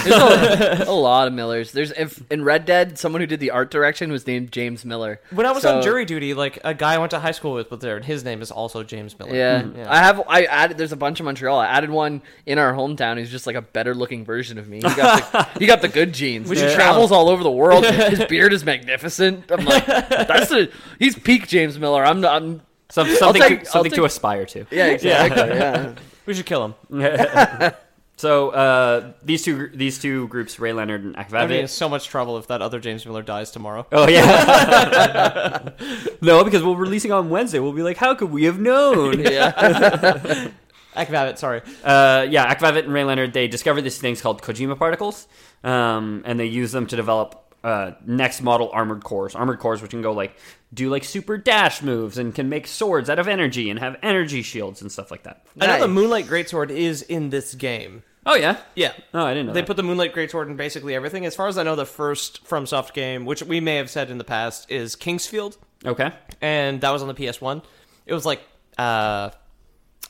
Speaker 1: There's a, a lot of Millers. There's if, in Red Dead, someone who did the art direction was named James Miller.
Speaker 3: When I was
Speaker 1: So-
Speaker 3: on jury duty, like a guy I went to high school with was there, and his name is also James Miller.
Speaker 1: Yeah.
Speaker 3: yeah.
Speaker 1: I have. I added. There's a bunch of Montreal. I added one in our hometown. Who's just like a better looking version of me. He got the, he got the good genes. He
Speaker 3: should
Speaker 1: travels all over the world. His beard is magnificent. I'm like, that's the. He's peak James Miller. I'm. not- I'm
Speaker 2: Some, something
Speaker 1: take-
Speaker 2: to,
Speaker 1: I'll
Speaker 2: something to
Speaker 1: take-
Speaker 2: aspire to.
Speaker 1: yeah, exactly. Yeah.
Speaker 3: We should kill him.
Speaker 2: So uh, these two these two groups, Ray Leonard and
Speaker 3: I'd be in
Speaker 2: Akvavit.
Speaker 3: so much trouble if that other James Miller dies tomorrow.
Speaker 2: Oh yeah. no, because we're releasing on Wednesday. We'll be like, how could we have known?
Speaker 1: yeah.
Speaker 3: Akvavit, sorry.
Speaker 2: uh, yeah, Akvavit and Ray Leonard they discovered these things called Kojima particles, um, and they use them to develop. Uh, next model armored cores, armored cores which can go like do like super dash moves and can make swords out of energy and have energy shields and stuff like that.
Speaker 3: I know the
Speaker 1: Nice.
Speaker 3: Moonlight Greatsword is in this game.
Speaker 2: Oh yeah,
Speaker 3: Yeah.
Speaker 2: Oh, I didn't know.
Speaker 3: They
Speaker 2: that.
Speaker 3: put the Moonlight Greatsword in basically everything. As far as I know, the first FromSoft game, which we may have said in the past, is Kingsfield,
Speaker 2: okay.
Speaker 3: and that was on the PS1. It was like uh,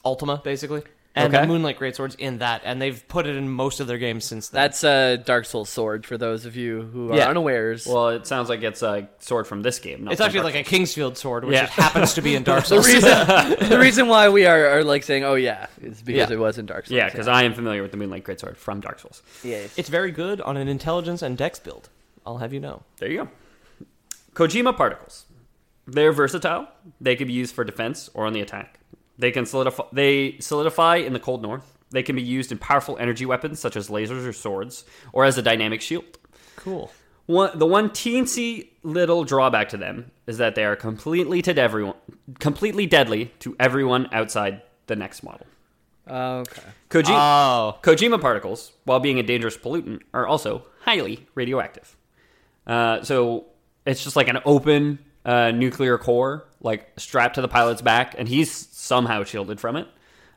Speaker 3: Ultima, basically. and
Speaker 2: Okay.
Speaker 3: the Moonlight Greatsword's in that, and they've put it in most of their games since then.
Speaker 1: That's a Dark Souls sword for those of you who are
Speaker 3: Yeah.
Speaker 1: unawares.
Speaker 2: Well, it sounds like it's a sword from this game. Not
Speaker 3: it's
Speaker 2: from
Speaker 3: actually
Speaker 2: Dark
Speaker 3: like a Kingsfield sword, which
Speaker 2: Yeah.
Speaker 3: it happens to be in Dark
Speaker 1: the
Speaker 3: Souls.
Speaker 1: reason the reason why we are, are like saying, "Oh yeah," is because
Speaker 3: Yeah.
Speaker 1: it was in Dark Souls.
Speaker 2: Yeah, because I am familiar with the Moonlight Greatsword from Dark Souls.
Speaker 3: it's very good on an intelligence and dex build. I'll have you know.
Speaker 2: There you go. Kojima particles. They're versatile. They can be used for defense or on the attack. They can solidify. They solidify in the cold north. They can be used in powerful energy weapons such as lasers or swords, or as a dynamic shield.
Speaker 3: Cool.
Speaker 2: One, the one teensy little drawback to them is that they are completely to everyone, completely deadly to everyone outside the next model.
Speaker 1: okay.
Speaker 2: Kojima.
Speaker 3: Oh,
Speaker 2: Kojima particles, while being a dangerous pollutant, are also highly radioactive. Uh, so it's just like an open uh, nuclear core, like strapped to the pilot's back, and he's somehow shielded from it.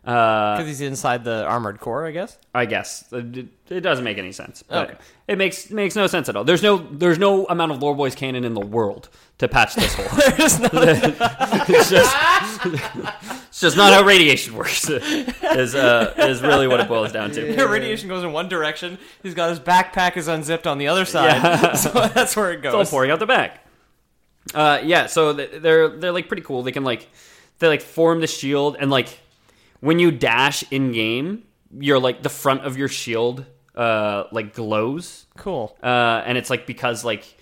Speaker 2: Uh,
Speaker 3: because he's inside the armored core, I guess.
Speaker 2: I guess it, it doesn't make any sense. But
Speaker 3: Okay.
Speaker 2: It makes makes no sense at all. There's no there's no amount of Loreboy's canon in the world to patch this hole.
Speaker 3: There's no-
Speaker 2: it's just it's just not how radiation works. is uh, is really what it boils down to.
Speaker 3: The radiation goes in one direction. He's got his backpack is unzipped on the other side, so that's where it goes.
Speaker 2: It's all pouring out the back. Uh, yeah, so th- they're they're like pretty cool. They can like they like form the shield and like when you dash in game, you're like the front of your shield uh like glows.
Speaker 3: Cool.
Speaker 2: Uh, and it's like because like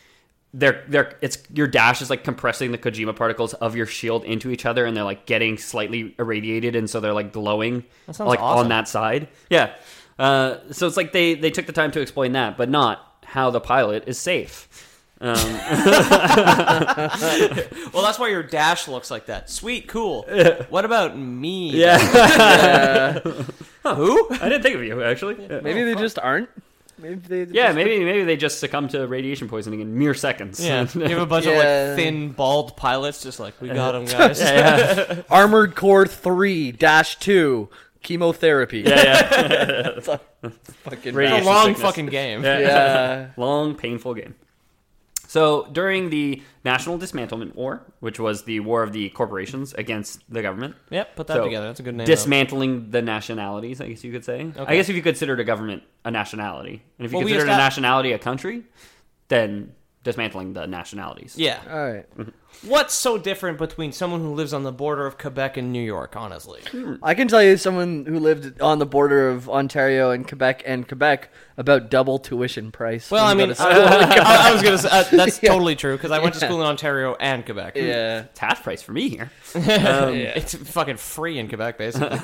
Speaker 2: they're they're it's your dash is like compressing the Kojima particles of your shield into each other, and they're like getting slightly irradiated, and so they're like glowing
Speaker 3: sounds
Speaker 2: like on
Speaker 3: awesome.
Speaker 2: that side. Yeah. Uh, so it's like they they took the time to explain that, but not how the pilot is safe. Um,
Speaker 3: Well, that's why your dash looks like that. Sweet, cool. What about me?
Speaker 2: yeah,
Speaker 3: Who?
Speaker 2: I didn't think of you actually. Yeah.
Speaker 1: Maybe they just aren't. Maybe they. Just,
Speaker 2: Yeah, maybe maybe they just succumb to radiation poisoning in mere seconds.
Speaker 3: Yeah. You have a bunch
Speaker 1: Yeah.
Speaker 3: of like thin, bald pilots, just like we got him, guys.
Speaker 1: Armored Core Three Dash Two chemotherapy. Yeah. it's a fucking
Speaker 3: It's
Speaker 2: Radiation
Speaker 3: a long
Speaker 2: sickness.
Speaker 3: fucking game.
Speaker 1: Yeah.
Speaker 2: long, painful game. So during the National Dismantlement War, which was the war of the corporations against the government,
Speaker 3: Yep, put that
Speaker 2: so
Speaker 3: together. That's a good name. though.
Speaker 2: Dismantling the nationalities, I guess you could say. I guess if you considered a government a nationality, and if you
Speaker 3: Well, we
Speaker 2: considered a
Speaker 3: estab-
Speaker 2: nationality a country, then dismantling the nationalities.
Speaker 3: Yeah.
Speaker 1: All right.
Speaker 3: What's so different between someone who lives on the border of Quebec and New York, honestly?
Speaker 1: I can tell you someone who lived on the border of Ontario and Quebec and Quebec about double tuition price.
Speaker 3: Well, I
Speaker 1: when you
Speaker 3: mean,
Speaker 1: go to school.
Speaker 3: I, I was gonna say uh, that's
Speaker 1: Yeah.
Speaker 3: totally true because I went to
Speaker 1: Yeah.
Speaker 3: school in Ontario and Quebec. Um,
Speaker 1: yeah.
Speaker 2: It's half price for me here.
Speaker 3: It's fucking free in Quebec, basically.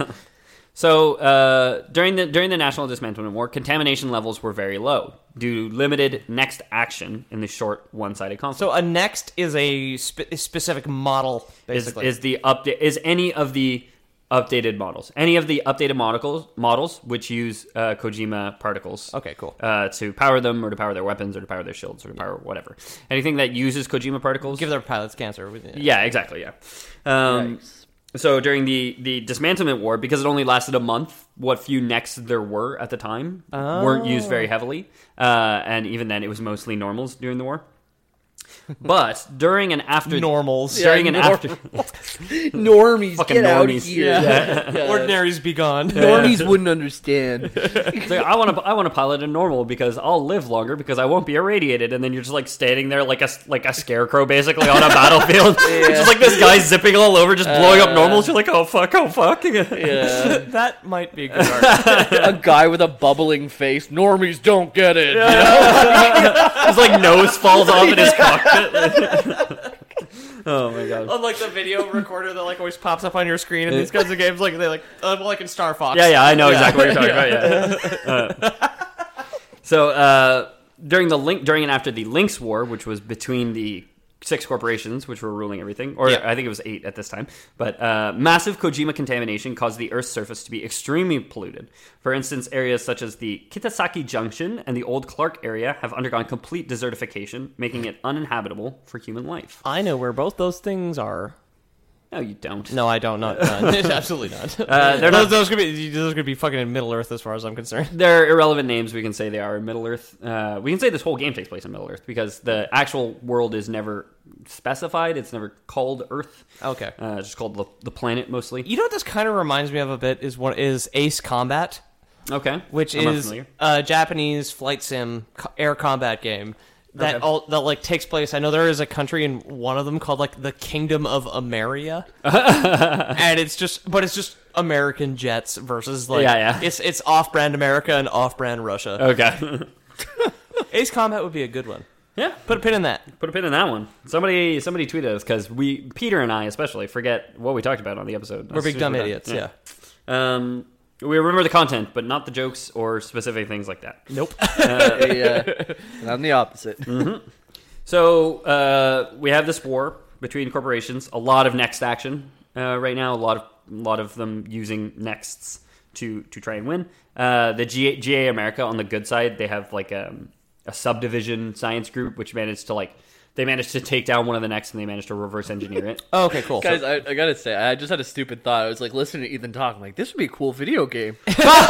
Speaker 2: So uh, during the during the National Dismantlement War, contamination levels were very low due to limited next action in the short one-sided conflict.
Speaker 3: so a next is a spe- specific model,
Speaker 2: is,
Speaker 3: basically.
Speaker 2: is the update is any of the updated models any of the updated models models which use uh, Kojima particles
Speaker 3: Okay, cool.
Speaker 2: uh, to power them or to power their weapons or to power their shields or to power whatever anything that uses Kojima particles
Speaker 3: give their pilots cancer. wouldn't it?
Speaker 2: yeah exactly yeah um, so during the the dismantlement war because it only lasted a month what few necks there were at the time weren't used
Speaker 3: Oh.
Speaker 2: very heavily uh, and even then it was mostly normals during the war but during and after
Speaker 3: Normals.
Speaker 2: during
Speaker 1: Yeah,
Speaker 2: and
Speaker 1: normal.
Speaker 2: after
Speaker 1: Normies,
Speaker 2: Fucking
Speaker 1: get out
Speaker 2: normies.
Speaker 1: here.
Speaker 3: Ordinaries be gone.
Speaker 1: Normies wouldn't understand.
Speaker 2: It's like, I want to I want to pilot a normal because I'll live longer because I won't be irradiated. And then you're just like standing there like a like a scarecrow basically on a battlefield, just like this guy zipping all over, just blowing up normals. You're like, oh fuck, oh fuck.
Speaker 1: Yeah.
Speaker 3: that might be good. art.
Speaker 1: a guy with a bubbling face. Normies don't get it.
Speaker 2: His like nose falls off in his cockpit. oh my god.
Speaker 3: Unlike the video recorder that like always pops up on your screen in these kinds of games, like they like uh, well, like in Star Fox.
Speaker 2: Yeah, yeah, I know exactly what you're talking about. Yeah. Uh, so uh, during the link during and after the Lynx War, which was between the six corporations which were ruling everything, or
Speaker 3: Yeah.
Speaker 2: I think it was eight at this time, but uh, massive Kojima contamination caused the Earth's surface to be extremely polluted. For instance, areas such as the Kitasaki Junction and the Old Clark area have undergone complete desertification, making it uninhabitable for human life.
Speaker 3: I know where both those things are.
Speaker 2: No, you don't.
Speaker 3: No, I don't. Not none. absolutely not.
Speaker 2: Uh, they're
Speaker 3: those,
Speaker 2: not-
Speaker 3: those could be those could be fucking in Middle Earth as far as I'm concerned.
Speaker 2: They're irrelevant names. We can say they are in Middle Earth. Uh, we can say this whole game takes place in Middle Earth because the actual world is never specified. It's never called Earth.
Speaker 3: Okay.
Speaker 2: Uh, it's just called the, the planet mostly.
Speaker 3: You know what this kind of reminds me of a bit is what is Ace Combat,
Speaker 2: Okay.
Speaker 3: which
Speaker 2: I'm not
Speaker 3: is
Speaker 2: familiar.
Speaker 3: a Japanese flight sim co- air combat game that
Speaker 2: Okay.
Speaker 3: all that like takes place. I know there is a country in one of them called like the Kingdom of Ameria, and it's just but it's just American jets versus like
Speaker 2: Yeah, yeah.
Speaker 3: it's it's off-brand America and off-brand Russia.
Speaker 2: Okay. Uh,
Speaker 3: Ace Combat would be a good one.
Speaker 2: yeah.
Speaker 3: Put a pin in that.
Speaker 2: Put a pin in that one. Somebody somebody tweeted us because we Peter and I especially forget what we talked about on the episode.
Speaker 3: We're big dumb idiots. Yeah.
Speaker 2: Um, we remember the content, but not the jokes or specific things like that.
Speaker 3: Nope.
Speaker 1: Yeah. And I'm the opposite.
Speaker 2: So uh, we have this war between corporations. A lot of next action uh, right now. A lot of a lot of them using nexts to to try and win. Uh, the GA, GA America on the good side, they have like um, a subdivision science group which managed to like they managed to take down one of the next and they managed to reverse engineer it.
Speaker 3: Oh, okay, cool.
Speaker 1: Guys, I, I gotta say, I just had a stupid thought. I was like listening to Ethan talk. I'm like, this would be a cool video game.
Speaker 2: It finally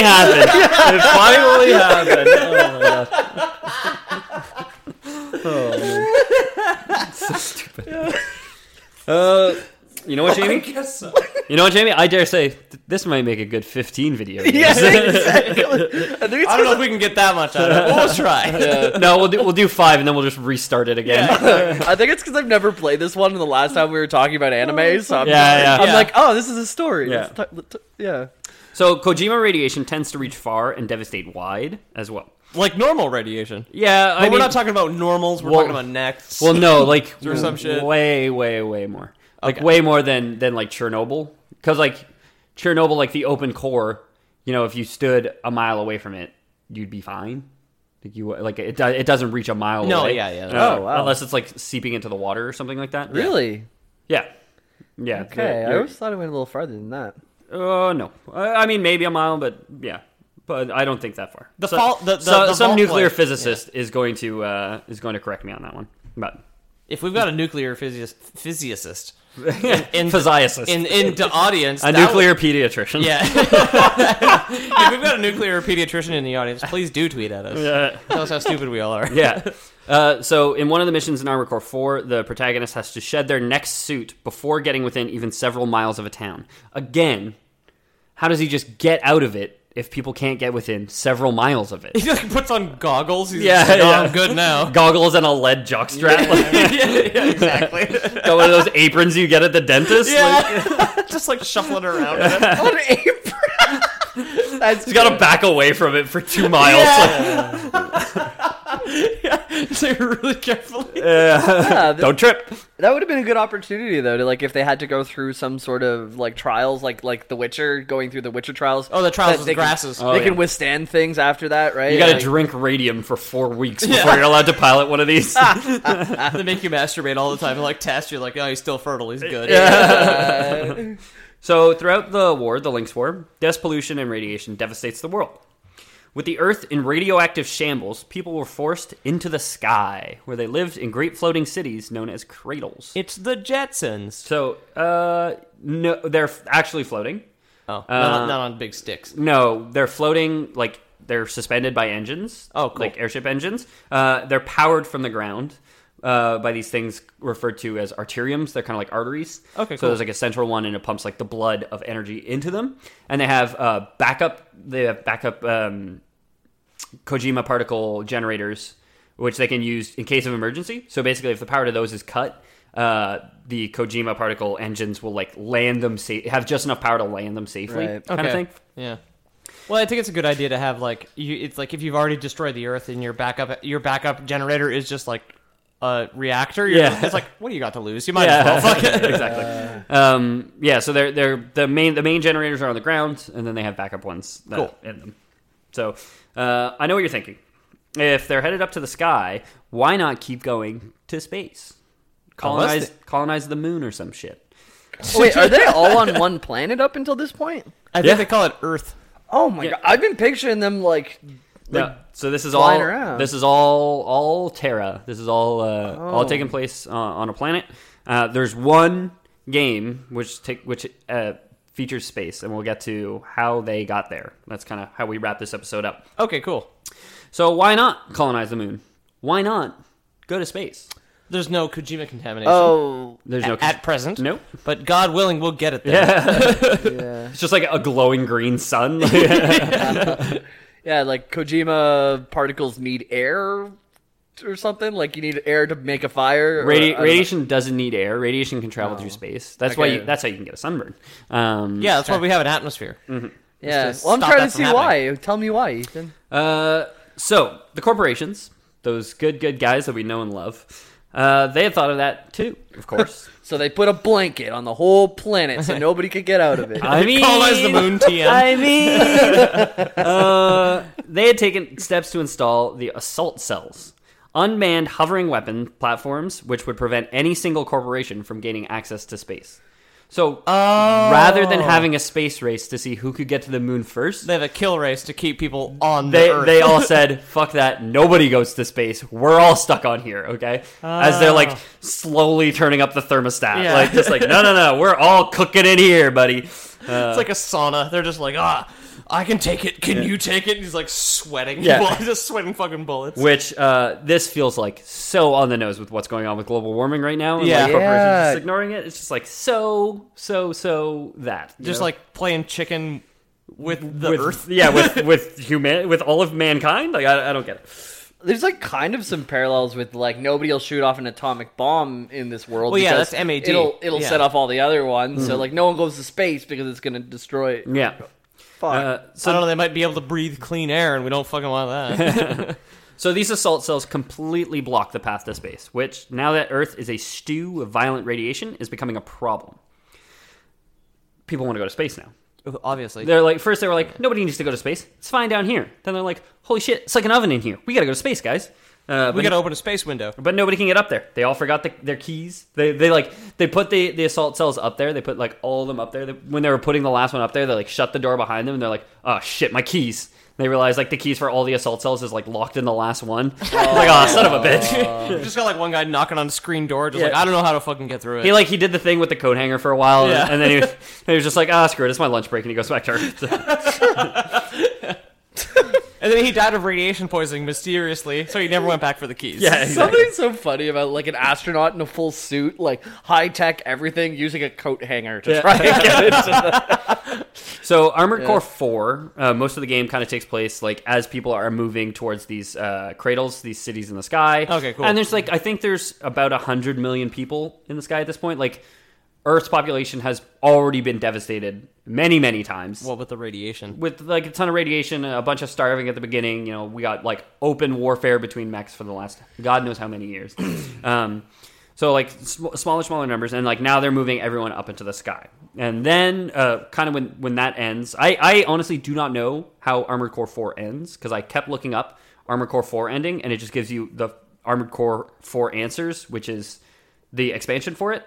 Speaker 2: happened. It finally happened. Oh, my God. Oh, man. So stupid. Uh, you know what, Jamie? You know what, Jamie? I dare say th- this might make a good 15 video. game.
Speaker 1: exactly. I think it's
Speaker 3: I don't know if we can get that much out of it. but We'll try.
Speaker 2: no, we'll do, we'll do five and then we'll just restart it again. Yeah,
Speaker 1: I think it's because I've never played this one. And the last time we were talking about anime, so I'm,
Speaker 2: yeah.
Speaker 1: I'm like, oh, this is a story.
Speaker 2: Yeah.
Speaker 1: Let's talk- let- t- yeah.
Speaker 2: So, Kojima radiation tends to reach far and devastate wide as well.
Speaker 3: Like normal radiation.
Speaker 2: Yeah,
Speaker 3: But we're not talking about normals. We're
Speaker 2: Well-
Speaker 3: talking about necks.
Speaker 2: Well, no, like
Speaker 3: Or some shit.
Speaker 2: way, way, way more. Like
Speaker 3: Okay.
Speaker 2: way more than than like Chernobyl, because like Chernobyl, like the open core, you know, if you stood a mile away from it, you'd be fine. Like you like it. do- It doesn't reach a mile.
Speaker 3: No,
Speaker 2: away.
Speaker 3: yeah, yeah.
Speaker 2: Uh,
Speaker 1: Oh, wow.
Speaker 2: Unless it's like seeping into the water or something like that.
Speaker 1: Really?
Speaker 2: Yeah. Yeah.
Speaker 1: Okay. I
Speaker 2: You're-
Speaker 1: always thought it went a little farther than that.
Speaker 2: Uh, no. I I mean, maybe a mile, but yeah. But I don't think that far.
Speaker 3: The fault- the- the-
Speaker 2: so-
Speaker 3: the
Speaker 2: some
Speaker 3: fault
Speaker 2: nuclear
Speaker 3: line.
Speaker 2: physicist is going to uh, is going to correct me on that one. But
Speaker 3: if we've got a nuclear physi- physicist in, in,
Speaker 2: physicist.
Speaker 3: in, in the audience,
Speaker 2: a
Speaker 3: that
Speaker 2: nuclear pediatrician.
Speaker 3: Would, yeah. if we've got a nuclear pediatrician in the audience, please do tweet at us. Tell us how stupid we all are.
Speaker 2: Uh, yeah. Uh, so in one of the missions in Armored Core 4, the protagonist has to shed their next suit before getting within even several miles of a town. Again, how does he just get out of it if people can't get within several miles of it?
Speaker 3: He like puts on goggles. He's
Speaker 2: Yeah,
Speaker 3: yeah, like, "No,
Speaker 2: yeah.
Speaker 3: I'm good now.
Speaker 2: Goggles and a lead jockstrap. Yeah, exactly. Got one of those aprons you get at the dentist. Like,
Speaker 3: Just like shuffling around. in it.
Speaker 1: On April. That's
Speaker 2: he's got to back away from it for two miles.
Speaker 3: Say really carefully.
Speaker 1: yeah, th-
Speaker 2: Don't trip.
Speaker 1: that would have been a good opportunity though to like if they had to go through some sort of like trials, like like The Witcher, going through the Witcher trials.
Speaker 3: Oh, the trials
Speaker 1: that
Speaker 3: with
Speaker 1: they can-
Speaker 3: grasses.
Speaker 1: They
Speaker 3: Oh,
Speaker 2: yeah.
Speaker 1: can withstand things after that, right?
Speaker 2: You got to
Speaker 1: Like-
Speaker 2: drink radium for four weeks before you're allowed to pilot one of these.
Speaker 3: they make you masturbate all the time and like test you. Like, oh, he's still fertile. He's good.
Speaker 2: So, throughout the war, the Lynx War, dust pollution and radiation devastates the world. With the Earth in radioactive shambles, people were forced into the sky, where they lived in great floating cities known as cradles.
Speaker 3: It's the Jetsons.
Speaker 2: So, uh, no, they're f- actually floating.
Speaker 3: Oh, not, on, not on big sticks.
Speaker 2: No, they're floating like they're suspended by engines.
Speaker 3: Oh, cool.
Speaker 2: Like airship engines. Uh, they're powered from the ground uh, by these things referred to as arteriums. They're kind of like arteries.
Speaker 3: Okay,
Speaker 2: So
Speaker 3: cool.
Speaker 2: there's like a central one, and it pumps like the blood of energy into them. And they have uh, backup. They have backup um, Kojima particle generators, which they can use in case of emergency. So basically, if the power to those is cut, uh, the Kojima particle engines will like land them safe, have just enough power to land them safely,
Speaker 1: Right.
Speaker 2: kind of
Speaker 3: Okay.
Speaker 2: thing.
Speaker 3: Yeah. Well, I think it's a good idea to have like you. It's like if you've already destroyed the Earth and your backup your backup generator is just like a reactor. You're
Speaker 2: Yeah.
Speaker 3: It's like what do you got to lose? You might as well fuck it.
Speaker 2: exactly. Um, yeah, so they're they're the main the main generators are on the ground, and then they have backup ones that,
Speaker 3: Cool.
Speaker 2: in them. So uh, I know what you're thinking. If they're headed up to the sky, why not keep going to space? Colonize colonize the moon or some shit.
Speaker 1: Wait, are they all on one planet up until this point?
Speaker 3: I think
Speaker 2: Yeah.
Speaker 3: they call it Earth.
Speaker 1: Oh my god, I've been picturing them like
Speaker 2: No, so this is
Speaker 1: flying
Speaker 2: all
Speaker 1: around.
Speaker 2: this is all all Terra. This is all uh, all
Speaker 1: Oh.
Speaker 2: taking place uh, on a planet. Uh, there's one game which take which uh, features space, and we'll get to how they got there. That's kind of how we wrap this episode up.
Speaker 3: Okay, cool.
Speaker 2: So why not colonize the moon? Why not go to space?
Speaker 3: There's no Kojima contamination
Speaker 1: Oh,
Speaker 2: There's no
Speaker 3: at present.
Speaker 2: Nope.
Speaker 3: But God willing, we'll get it there.
Speaker 2: It's just like a glowing green sun.
Speaker 1: yeah, like Kojima particles need air or something. Like you need air to make a fire. or- I
Speaker 2: Radi-
Speaker 1: don't know.
Speaker 2: radiation doesn't need air. Radiation can travel through space. That's why.
Speaker 1: Okay.
Speaker 2: You, that's how you can get a sunburn. Um,
Speaker 3: Yeah, that's why we have an atmosphere.
Speaker 2: Mm.
Speaker 1: Yeah.
Speaker 3: just
Speaker 1: Well, I'm
Speaker 3: stop
Speaker 1: trying to
Speaker 3: that
Speaker 1: see
Speaker 3: from happening.
Speaker 1: why. Tell me why, Ethan.
Speaker 2: Uh, so the corporations, those good good guys that we know and love, uh, they had thought of that too. Of course.
Speaker 1: So they put a blanket on the whole planet so nobody could get out of it.
Speaker 2: I mean,
Speaker 3: Colonize the moon, TM.
Speaker 2: I mean, uh, they had taken steps to install the assault cells, unmanned hovering weapon platforms, which would prevent any single corporation from gaining access to space. So
Speaker 3: Oh.
Speaker 2: rather than having a space race to see who could get to the moon first,
Speaker 3: They have a kill race to keep people on the
Speaker 2: they
Speaker 3: Earth.
Speaker 2: they all said, "Fuck that! Nobody goes to space. We're all stuck on here." Okay, as they're like slowly turning up the thermostat,
Speaker 3: Ah. Yeah.
Speaker 2: like just like, "No, no, no, we're all cooking in here, buddy." uh,
Speaker 3: it's like a sauna. They're just like, ah, I can take it. Can you take it? And he's like sweating.
Speaker 2: Yeah.
Speaker 3: Bull- He's just sweating fucking bullets.
Speaker 2: Which uh, this feels like so on the nose with what's going on with global warming right now. And
Speaker 3: Yeah.
Speaker 2: like, corporations
Speaker 1: Yeah.
Speaker 2: just ignoring it. It's just like so, so, so that you
Speaker 3: just
Speaker 2: know?
Speaker 3: like playing chicken with the
Speaker 2: with
Speaker 3: Earth.
Speaker 2: yeah, with with human, with all of mankind. Like I, I don't get it.
Speaker 1: There's like kind of some parallels with like nobody will shoot off an atomic bomb in this world.
Speaker 3: Well, yeah,
Speaker 1: because
Speaker 3: that's MAD.
Speaker 1: It'll it'll
Speaker 3: Yeah. Mm-hmm.
Speaker 1: set off all the other ones. So like no one goes to space because it's gonna destroy.
Speaker 2: Yeah.
Speaker 1: Fuck.
Speaker 2: Uh,
Speaker 3: I don't know. They might be able to breathe clean air, and we don't fucking want that.
Speaker 2: So these assault cells completely block the path to space, which, now that Earth is a stew of violent radiation, is becoming a problem. People want to go to space now.
Speaker 3: Obviously.
Speaker 2: They're like, first they were like, nobody needs to go to space. It's fine down here. Then they're like, holy shit, it's like an oven in here. We gotta go to space, guys. Uh,
Speaker 3: we
Speaker 2: but,
Speaker 3: gotta open a space window.
Speaker 2: but nobody can get up there. They all forgot the, their keys. They, they like they put the, the assault cells up there. They put like all of them up there. They, when they were putting the last one up there, they like shut the door behind them and they're like, oh shit, my keys. They realize like the keys for all the assault cells is like locked in the last one. like, oh son of a bitch.
Speaker 3: You just got like one guy knocking on a screen door, just like I don't know how to fucking get through it.
Speaker 2: He like he did the thing with the coat hanger for a while, and-
Speaker 3: Yeah.
Speaker 2: and, then he was, he was just like, "Ah, screw it, it's my lunch break," and he goes back to Earth.
Speaker 3: and then he died of radiation poisoning mysteriously, so he never went back for the keys.
Speaker 2: yeah, exactly.
Speaker 1: Something so funny about like an astronaut in a full suit, like high tech everything, using a coat hanger to try and get into the.
Speaker 2: So Armored Core Four, uh, most of the game kind of takes place like as people are moving towards these uh, cradles, these cities in the sky.
Speaker 3: Okay, cool.
Speaker 2: And there's like I think there's about hundred million people in the sky at this point. Like Earth's population has already been devastated many, many times.
Speaker 3: What with the radiation?
Speaker 2: with like a ton of radiation, a bunch of starving at the beginning. You know, we got like open warfare between mechs for the last God knows how many years. um, so like sm- smaller, smaller numbers, and like now they're moving everyone up into the sky. And then uh, kind of when when that ends, I I honestly do not know how Armored Core Four ends because I kept looking up Armored Core Four ending, and it just gives you the Armored Core Four answers, which is the expansion for it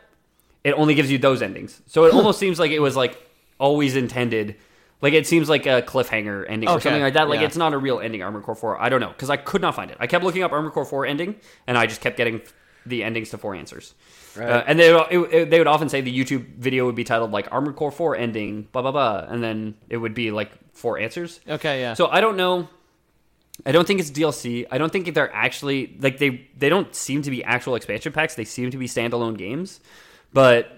Speaker 2: it only gives you those endings. So it almost seems like it was like always intended. Like it seems like a cliffhanger ending or
Speaker 3: Okay,
Speaker 2: something like that. Like
Speaker 3: yeah.
Speaker 2: it's not a real ending. Armored Core Four. I don't know because I could not find it. I kept looking up Armored Core Four ending, and I just kept getting the endings to four answers. Uh, and they would, it, it- they would often say the YouTube video would be titled like Armored Core Four ending, blah blah blah, and then it would be like four answers.
Speaker 3: Okay, yeah.
Speaker 2: So I don't know. I don't think it's DLC. I don't think if they're actually like they they don't seem to be actual expansion packs. They seem to be standalone games. But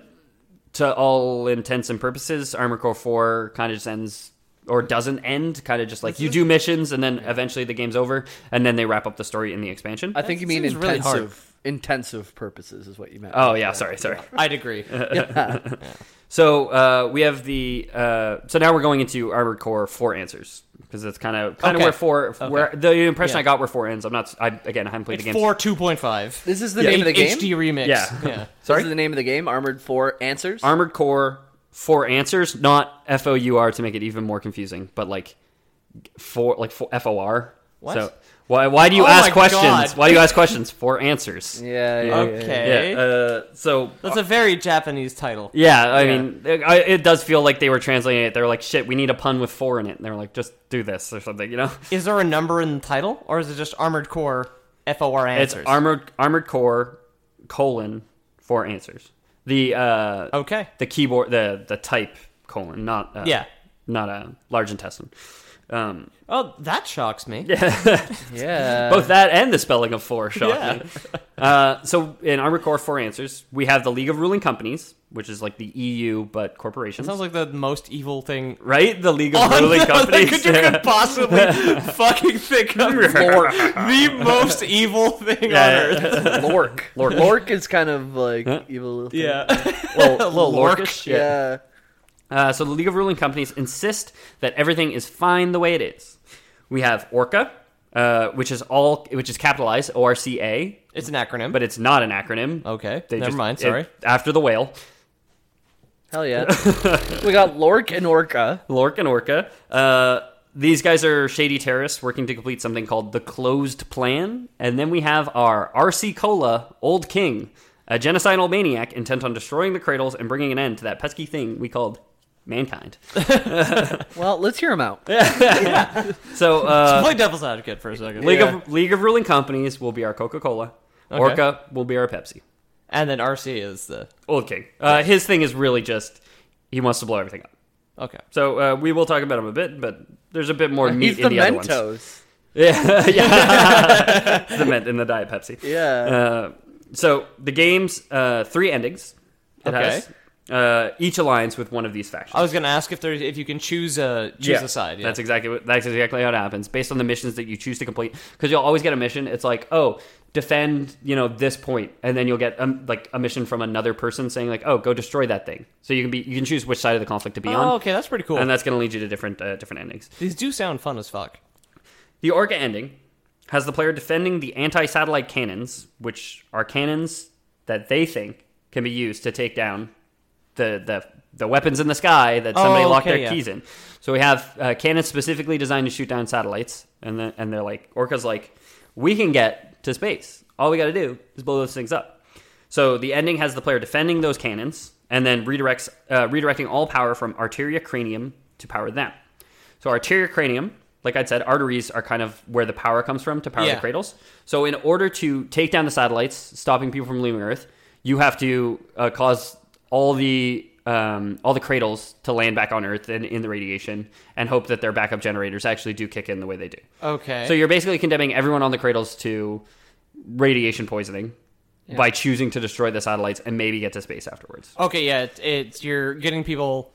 Speaker 2: to all intents and purposes, Armor Core Four kind of just ends or doesn't end. Kind of just like
Speaker 3: Mm-hmm.
Speaker 2: you do missions and then eventually the game's over and then they wrap up the story in the expansion.
Speaker 1: I think you mean
Speaker 3: seems really
Speaker 1: intensive
Speaker 3: hard. Uh,
Speaker 1: intensive purposes is what you meant.
Speaker 2: Oh yeah, sorry, sorry.
Speaker 3: I'd agree.
Speaker 2: Uh, So uh, we have the uh, so now we're going into Armored Core four answers because it's kind of kind of
Speaker 3: Okay.
Speaker 2: where four where the impression
Speaker 3: Yeah.
Speaker 2: I got where four ends. I'm not I again I haven't played
Speaker 3: It's
Speaker 2: the game.
Speaker 3: four two point five.
Speaker 1: This is the name of the game.
Speaker 3: HD remix.
Speaker 2: Yeah.
Speaker 3: yeah.
Speaker 1: This is the name of the game. Armored Four Answers.
Speaker 2: Armored Core four answers, not F O U R to make it even more confusing, but like four like four, F O R
Speaker 3: What?
Speaker 2: So why why do you
Speaker 3: Oh my
Speaker 2: ask questions?
Speaker 3: God.
Speaker 2: Why do you ask questions for answers?
Speaker 1: Yeah. yeah, yeah, yeah.
Speaker 3: okay.
Speaker 2: Yeah. Uh, so
Speaker 3: That's a very Japanese title.
Speaker 2: yeah, I mean, it, I- it does feel like they were translating it. They were like, "Shit, we need a pun with four in it." And they were like, "Just do this or something," you know.
Speaker 3: Is there a number in the title, or is it just Armored Core F O R
Speaker 2: It's
Speaker 3: answers?
Speaker 2: armored armored core colon four answers. The uh,
Speaker 3: Okay.
Speaker 2: the keyboard the the type colon not uh,
Speaker 3: Yeah.
Speaker 2: not a large intestine. Um,
Speaker 3: Oh, that shocks me. Uh,
Speaker 1: Yeah.
Speaker 2: both that and the spelling of four shocked me. Uh, so in Armored Core Four Answers, we have the League of Ruling Companies, which is like the EU but corporations.
Speaker 3: Sounds like the most evil thing
Speaker 2: right? The League of
Speaker 3: on
Speaker 2: Ruling
Speaker 3: the-
Speaker 2: Companies.
Speaker 3: Oh, Could you could possibly fucking think of more the most evil thing on earth?
Speaker 1: Lork.
Speaker 2: Lork.
Speaker 1: Lork is kind of like evil.
Speaker 3: Yeah.
Speaker 1: Well,
Speaker 3: A little lork.
Speaker 1: lorkish, Yeah.
Speaker 2: Uh, so the League of Ruling Companies insist that everything is fine the way it is. We have Orca, uh, which is all which is capitalized O R C A,
Speaker 3: It's an acronym.
Speaker 2: but it's not an acronym.
Speaker 3: Okay, never mind, sorry.
Speaker 2: after the whale,
Speaker 1: Hell yeah. we got Lork and Orca.
Speaker 2: Lork and Orca. Uh, these guys are shady terrorists working to complete something called the Closed Plan. And then we have our RC Cola, Old King, a genocidal maniac intent on destroying the cradles and bringing an end to that pesky thing we called mankind.
Speaker 1: Well, let's hear them out.
Speaker 2: So uh,
Speaker 3: play devil's advocate for a second.
Speaker 2: League of League of Ruling Companies will be our Coca Cola. Orca will be our Pepsi.
Speaker 3: And then RC is the
Speaker 2: Old King. Uh, his thing is really just he wants to blow everything up.
Speaker 3: okay.
Speaker 2: So uh, we will talk about him a bit, but there's a bit more meat
Speaker 1: Uh, He's
Speaker 2: in
Speaker 1: the
Speaker 2: the other ones.
Speaker 1: Mentos.
Speaker 2: Yeah, yeah. the Met in the Diet Pepsi.
Speaker 1: Yeah.
Speaker 2: Uh, so the game's uh, three endings. It
Speaker 3: Okay.
Speaker 2: has, uh, each aligns with one of these factions.
Speaker 3: I was gonna ask if there if you can choose a choose a side. Yeah.
Speaker 2: That's exactly what, that's exactly how it happens based on the missions that you choose to complete. Because you'll always get a mission. It's like oh, defend you know this point, and then you'll get um, like a mission from another person saying like oh, go destroy that thing. So you can be you can choose which side of the conflict to be on.
Speaker 3: oh, okay, that's pretty cool.
Speaker 2: And that's going to lead you to different uh, different endings.
Speaker 3: These do sound fun as fuck.
Speaker 2: The Orca ending has the player defending the anti satellite cannons, which are cannons that they think can be used to take down the, the, the weapons in the sky that somebody
Speaker 3: Oh,
Speaker 2: locked
Speaker 3: okay,
Speaker 2: their
Speaker 3: yeah.
Speaker 2: keys in. So we have uh, cannons specifically designed to shoot down satellites, and, the, and they're like, Orca's like, we can get to space. All we got to do is blow those things up. So the ending has the player defending those cannons and then redirects, uh, redirecting all power from arteria cranium to power them. So arteria cranium, like I said, arteries are kind of where the power comes from to power
Speaker 3: Yeah.
Speaker 2: the cradles. So in order to take down the satellites, stopping people from leaving Earth, you have to uh, cause all the um, all the cradles to land back on Earth and in the radiation, and hope that their backup generators actually do kick in the way they do.
Speaker 3: Okay.
Speaker 2: So you're basically condemning everyone on the cradles to radiation poisoning by choosing to destroy the satellites and maybe get to space afterwards.
Speaker 3: okay, yeah, it, it's you're getting people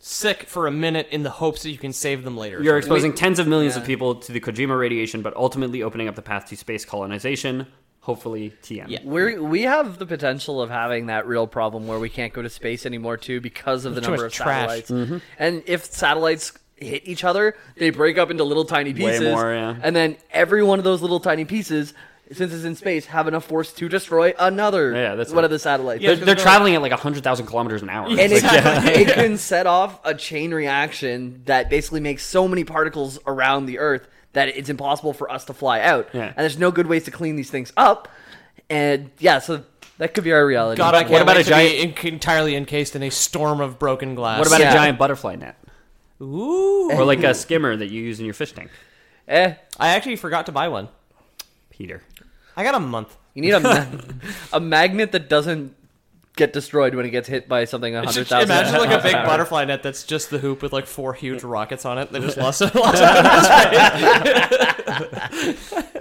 Speaker 3: sick for a minute in the hopes that you can save them later.
Speaker 2: You're exposing tens of millions of people to the Kojima radiation, but ultimately opening up the path to space colonization. Hopefully, TM.
Speaker 3: Yeah.
Speaker 1: We're, we have the potential of having that real problem where we can't go to space anymore too because of the
Speaker 3: Too
Speaker 1: number
Speaker 3: much
Speaker 1: of
Speaker 3: trash.
Speaker 1: satellites.
Speaker 2: Mm-hmm.
Speaker 1: And if satellites hit each other, they break up into little tiny pieces.
Speaker 2: more, yeah.
Speaker 1: And then every one of those little tiny pieces, since it's in space, have enough force to destroy another
Speaker 2: Yeah, that's
Speaker 1: one
Speaker 2: right.
Speaker 1: of the satellites.
Speaker 2: They're, they're traveling at like 100,000 kilometers an hour.
Speaker 1: and
Speaker 2: It's
Speaker 1: it,
Speaker 2: like-
Speaker 1: it can set off a chain reaction that basically makes so many particles around the Earth that it's impossible for us to fly out.
Speaker 2: Yeah.
Speaker 1: And there's no good ways to clean these things up. And yeah, so that could be our reality.
Speaker 3: God, I can't
Speaker 2: What about
Speaker 3: wait
Speaker 2: a
Speaker 3: to
Speaker 2: giant-
Speaker 3: be en- entirely encased in a storm of broken glass.
Speaker 2: what about
Speaker 1: Yeah.
Speaker 2: a giant butterfly net?
Speaker 3: Ooh.
Speaker 2: Or like a skimmer that you use in your fish tank?
Speaker 1: eh,
Speaker 3: I actually forgot to buy one.
Speaker 2: Peter.
Speaker 3: I got a month.
Speaker 1: you need a, ma- a magnet that doesn't get destroyed when it gets hit by something a hundred thousand.
Speaker 3: Imagine like a big butterfly net that's just the hoop with like four huge rockets on it. They just lost it. lost it.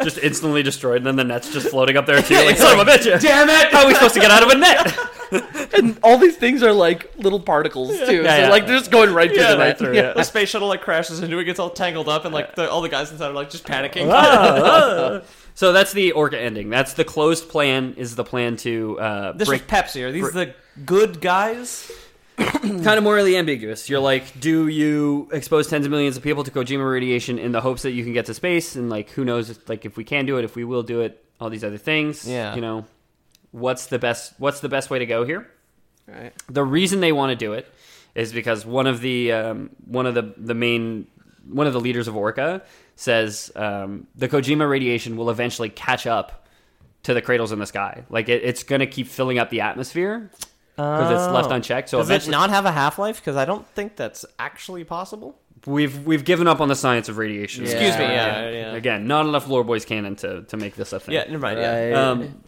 Speaker 2: Just instantly destroyed, and then the net's just floating up there too. Like, son of a bitch! Damn it! How are we supposed to get out of a net?
Speaker 1: and all these things are like little particles too.
Speaker 2: Yeah,
Speaker 1: so
Speaker 2: yeah.
Speaker 1: like they're just going right through the
Speaker 2: right
Speaker 1: net.
Speaker 2: through,
Speaker 3: The space shuttle like crashes into it, gets all tangled up, and like the, all the guys inside are like just panicking.
Speaker 2: So that's the orca ending. That's the closed plan. Is the plan to uh,
Speaker 3: This
Speaker 2: break
Speaker 3: was Pepsi. Are these the good guys?
Speaker 2: kind of morally ambiguous. You're like, do you expose tens of millions of people to Kojima radiation in the hopes that you can get to space? And like, who knows? If, like, if we can do it, if we will do it, all these other things.
Speaker 3: Yeah.
Speaker 2: You know, what's the best? What's the best way to go here? The reason they want to do it is because one of the um, one of the the main one of the leaders of Orca says um, the Kojima radiation will eventually catch up to the cradles in the sky. Like it, it's going to keep filling up the atmosphere because it's left unchecked. So
Speaker 3: Does it
Speaker 2: eventually,
Speaker 3: not have a half life? Because I don't think that's actually possible.
Speaker 2: we've we've given up on the science of radiation.
Speaker 3: Excuse me. Yeah, yeah.
Speaker 2: Again, not enough lore boys canon to, to make this a thing.
Speaker 3: Yeah, never mind. Yeah.
Speaker 1: Right.
Speaker 2: Um,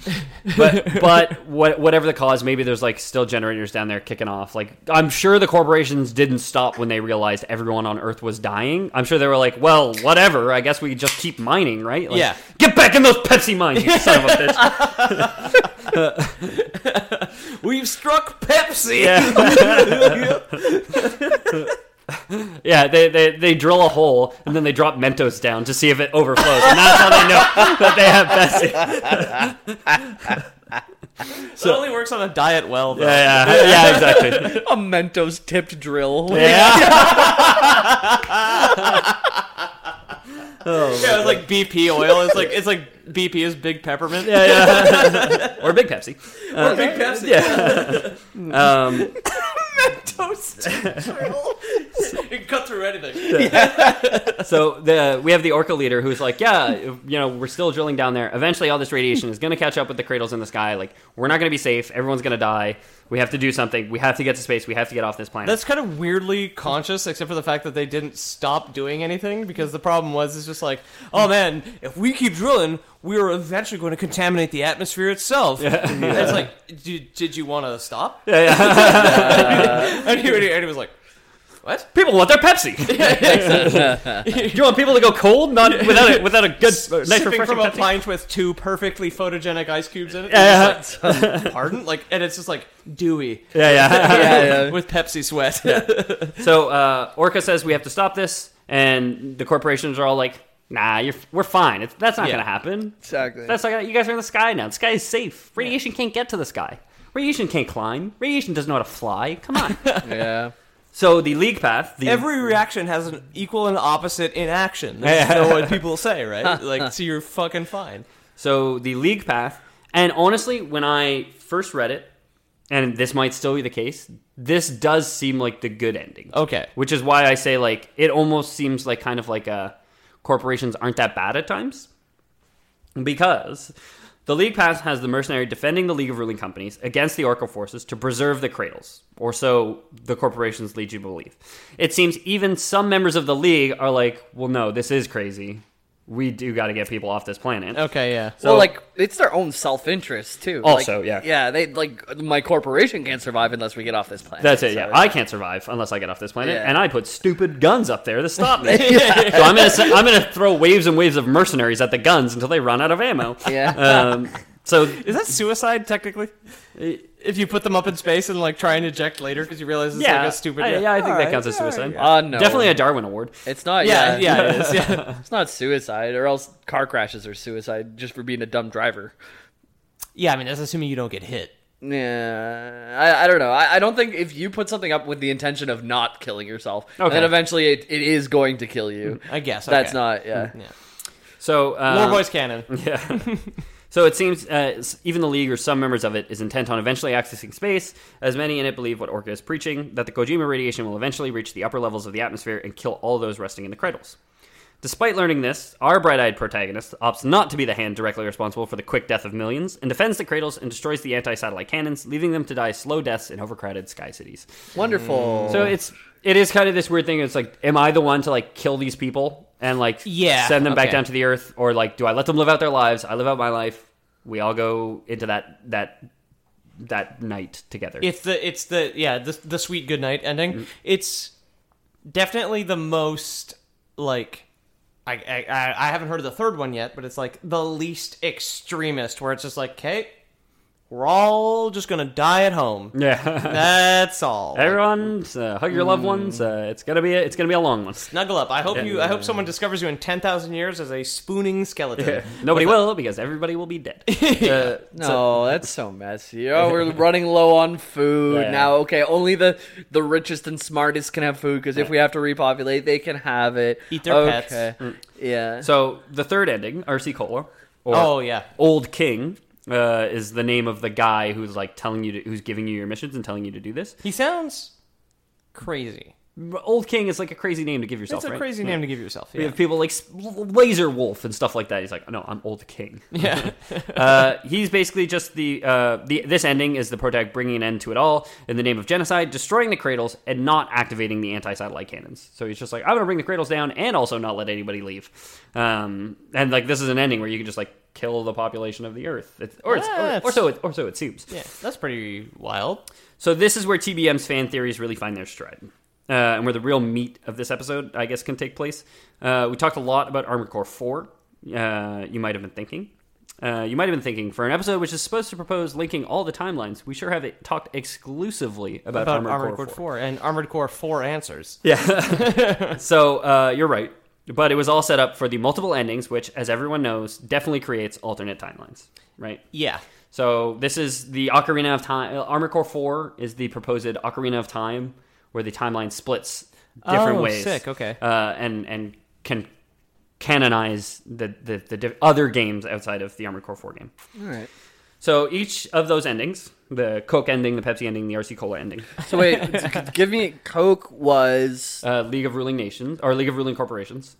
Speaker 2: but but what, whatever the cause, maybe there's like still generators down there kicking off. Like I'm sure the corporations didn't stop when they realized everyone on Earth was dying. I'm sure they were like, well, whatever. I guess we could just keep mining, right? Like,
Speaker 3: Yeah.
Speaker 2: Get back in those Pepsi mines, you son of a bitch.
Speaker 3: We've struck Pepsi.
Speaker 2: Yeah. yeah. They, they they drill a hole and then they drop Mentos down to see if it overflows, and that's how they know that they have Pepsi.
Speaker 3: it only works on a diet well. Though.
Speaker 2: Yeah, yeah, yeah, exactly.
Speaker 1: a Mentos tipped drill.
Speaker 2: Yeah,
Speaker 3: Yeah, it's like BP oil. It's like it's like BP is big peppermint. Yeah,
Speaker 2: or Big Pepsi.
Speaker 3: big Pepsi.
Speaker 2: Um,
Speaker 3: Toast. you can cut through anything.
Speaker 2: so the we have the Orca leader who's like, yeah, you know, we're still drilling down there. Eventually, all this radiation is going to catch up with the cradles in the sky. Like, we're not going to be safe. Everyone's going to die. We have to do something. We have to get to space. We have to get off this planet.
Speaker 3: That's kind of weirdly conscious, except for the fact that they didn't stop doing anything because the problem was it's just like, oh man, if we keep drilling, we are eventually going to contaminate the atmosphere itself. And it's like, did, did you want to stop? Yeah, yeah. and, he, and he was like, what?
Speaker 2: people want their Pepsi. you want people to go cold, not without a, without a good, nice
Speaker 3: Sipping
Speaker 2: refreshing
Speaker 3: from a
Speaker 2: Pepsi.
Speaker 3: pint with two perfectly photogenic ice cubes in it.
Speaker 2: Yeah,
Speaker 3: And it's like, Pardon? Like, and it's just like dewy
Speaker 2: Yeah, yeah.
Speaker 1: yeah, yeah.
Speaker 3: with Pepsi sweat.
Speaker 2: So uh, Orca says we have to stop this, and the corporations are all like, "Nah, you're, we're fine. It's, that's not
Speaker 3: Yeah.
Speaker 2: going to happen.
Speaker 4: Exactly.
Speaker 2: That's not gonna, you guys are in the sky now. The sky is safe. Radiation can't get to the sky. Radiation can't climb. Radiation doesn't know how to fly. Come on.
Speaker 1: yeah.
Speaker 2: so the league path. The,
Speaker 3: Every reaction has an equal and opposite inaction. That's what people say, right? Like, so you're fucking fine.
Speaker 2: so the league path. And honestly, when I first read it, and this might still be the case, this does seem like the good ending.
Speaker 3: Okay.
Speaker 2: Which is why I say like it almost seems like kind of like a corporations aren't that bad at times. Because the League Pass has the mercenary defending the League of Ruling Companies against the Orca forces to preserve the cradles, or so the corporations lead you to believe. It seems even some members of the League are like, well, no, this is crazy. We do got to get people off this planet.
Speaker 3: Okay, yeah.
Speaker 1: well, like it's their own self interest too.
Speaker 2: Also,
Speaker 1: Like,
Speaker 2: yeah.
Speaker 1: yeah. They like my corporation can't survive unless we get off this planet.
Speaker 2: That's it, yeah.
Speaker 1: So-
Speaker 2: I can't survive unless I get off this planet,
Speaker 1: Yeah.
Speaker 2: and I put stupid guns up there to stop me. So I'm gonna s- I'm gonna throw waves and waves of mercenaries at the guns until they run out of ammo.
Speaker 1: Yeah.
Speaker 2: Um, so
Speaker 3: Is that suicide technically? If you put them up in space and like try and eject later because you realize it's
Speaker 2: yeah,
Speaker 3: like a stupid.
Speaker 2: I, yeah, I think that
Speaker 3: Alright,
Speaker 2: counts as suicide.
Speaker 1: Uh, no.
Speaker 2: Definitely a Darwin Award.
Speaker 1: It's not.
Speaker 3: yeah,
Speaker 1: Yeah,
Speaker 3: yeah, it is, yeah.
Speaker 1: It's not suicide, or else car crashes are suicide just for being a dumb driver.
Speaker 3: yeah. I mean, that's assuming you don't get hit.
Speaker 1: Yeah, I, I don't know. I, I don't think if you put something up with the intention of not killing yourself,
Speaker 2: Okay.
Speaker 1: then eventually it, it is going to kill you.
Speaker 3: I guess
Speaker 1: that's
Speaker 3: okay.
Speaker 1: not. Yeah,
Speaker 2: Mm. So um,
Speaker 3: Lore Boys canon.
Speaker 2: So it seems uh, s- even the League or some members of it is intent on eventually accessing space, as many in it believe what Orca is preaching that the Kojima radiation will eventually reach the upper levels of the atmosphere and kill all those resting in the cradles. Despite learning this, our bright eyed protagonist opts not to be the hand directly responsible for the quick death of millions and defends the cradles and destroys the anti satellite cannons, leaving them to die slow deaths in overcrowded sky cities.
Speaker 1: wonderful.
Speaker 2: So it's it is kind of this weird thing. It's like, am I the one to like kill these people and like
Speaker 3: Yeah,
Speaker 2: send them back
Speaker 3: okay.
Speaker 2: down to the earth, or like do I let them live out their lives? I live out my life. We all go into that that that night together.
Speaker 3: It's the it's the yeah the the sweet goodnight ending.
Speaker 2: Mm-hmm.
Speaker 3: It's definitely the most like I, I I I haven't heard of the third one yet, but it's like the least extremist, where it's just like, okay, we're all just gonna die at home.
Speaker 2: yeah,
Speaker 3: That's all.
Speaker 2: everyone uh, hug your loved ones.
Speaker 3: Hmm.
Speaker 2: Uh, it's gonna be a, it's gonna be a long one.
Speaker 3: Snuggle up. I hope you. I hope someone discovers you in ten thousand years as a spooning skeleton.
Speaker 2: Nobody will because everybody will be dead. Uh,
Speaker 1: no, that's so messy. Oh, we're running low on food
Speaker 2: Yeah.
Speaker 1: now. Okay, only the the richest and smartest can have food because if we have to repopulate, they can have it.
Speaker 3: Eat their pets.
Speaker 1: okay. Yeah.
Speaker 2: so the third ending, RC Cola. Or
Speaker 3: Oh yeah.
Speaker 2: Old King uh, is the name of the guy who's like telling you to, who's giving you your missions and telling you to do this.
Speaker 3: He sounds crazy.
Speaker 2: Old King is like a crazy name to give yourself.
Speaker 3: It's a
Speaker 2: right?
Speaker 3: crazy name to give yourself.
Speaker 2: We
Speaker 3: Yeah.
Speaker 2: have people like S- Laser Wolf and stuff like that. He's like, no, I'm Old King.
Speaker 3: yeah.
Speaker 2: uh, he's basically just the, uh, the this ending is the protag bringing an end to it all in the name of genocide, destroying the cradles and not activating the anti-satellite cannons. So he's just like, I'm gonna bring the cradles down and also not let anybody leave. Um, and like this is an ending where you can just like kill the population of the Earth, it's, or, it's, or, or so it, or so it seems.
Speaker 3: yeah. That's pretty wild.
Speaker 2: So this is where TBM's fan theories really find their stride, uh, and where the real meat of this episode, I guess, can take place. Uh, we talked a lot about Armored Core Four. Uh, you might have been thinking, uh, you might have been thinking, for an episode which is supposed to propose linking all the timelines, we sure have it talked exclusively about,
Speaker 3: About
Speaker 2: Armored,
Speaker 3: Armored
Speaker 2: Core
Speaker 3: Core 4 and Armored Core 4 answers.
Speaker 2: So uh, you're right, but it was all set up for the multiple endings, which, as everyone knows, definitely creates alternate timelines, right?
Speaker 3: Yeah.
Speaker 2: So this is the Ocarina of Time. Armor Core Four is the proposed Ocarina of Time, where the timeline splits different
Speaker 3: Oh,
Speaker 2: ways.
Speaker 3: sick, okay.
Speaker 2: Uh, and and can canonize the the, the diff- other games outside of the Armor Core Four game.
Speaker 1: All right.
Speaker 2: So each of those endings, the Coke ending, the Pepsi ending, the RC Cola ending,
Speaker 1: So wait, g- give me Coke was
Speaker 2: uh, League of Ruling Nations or League of Ruling Corporations,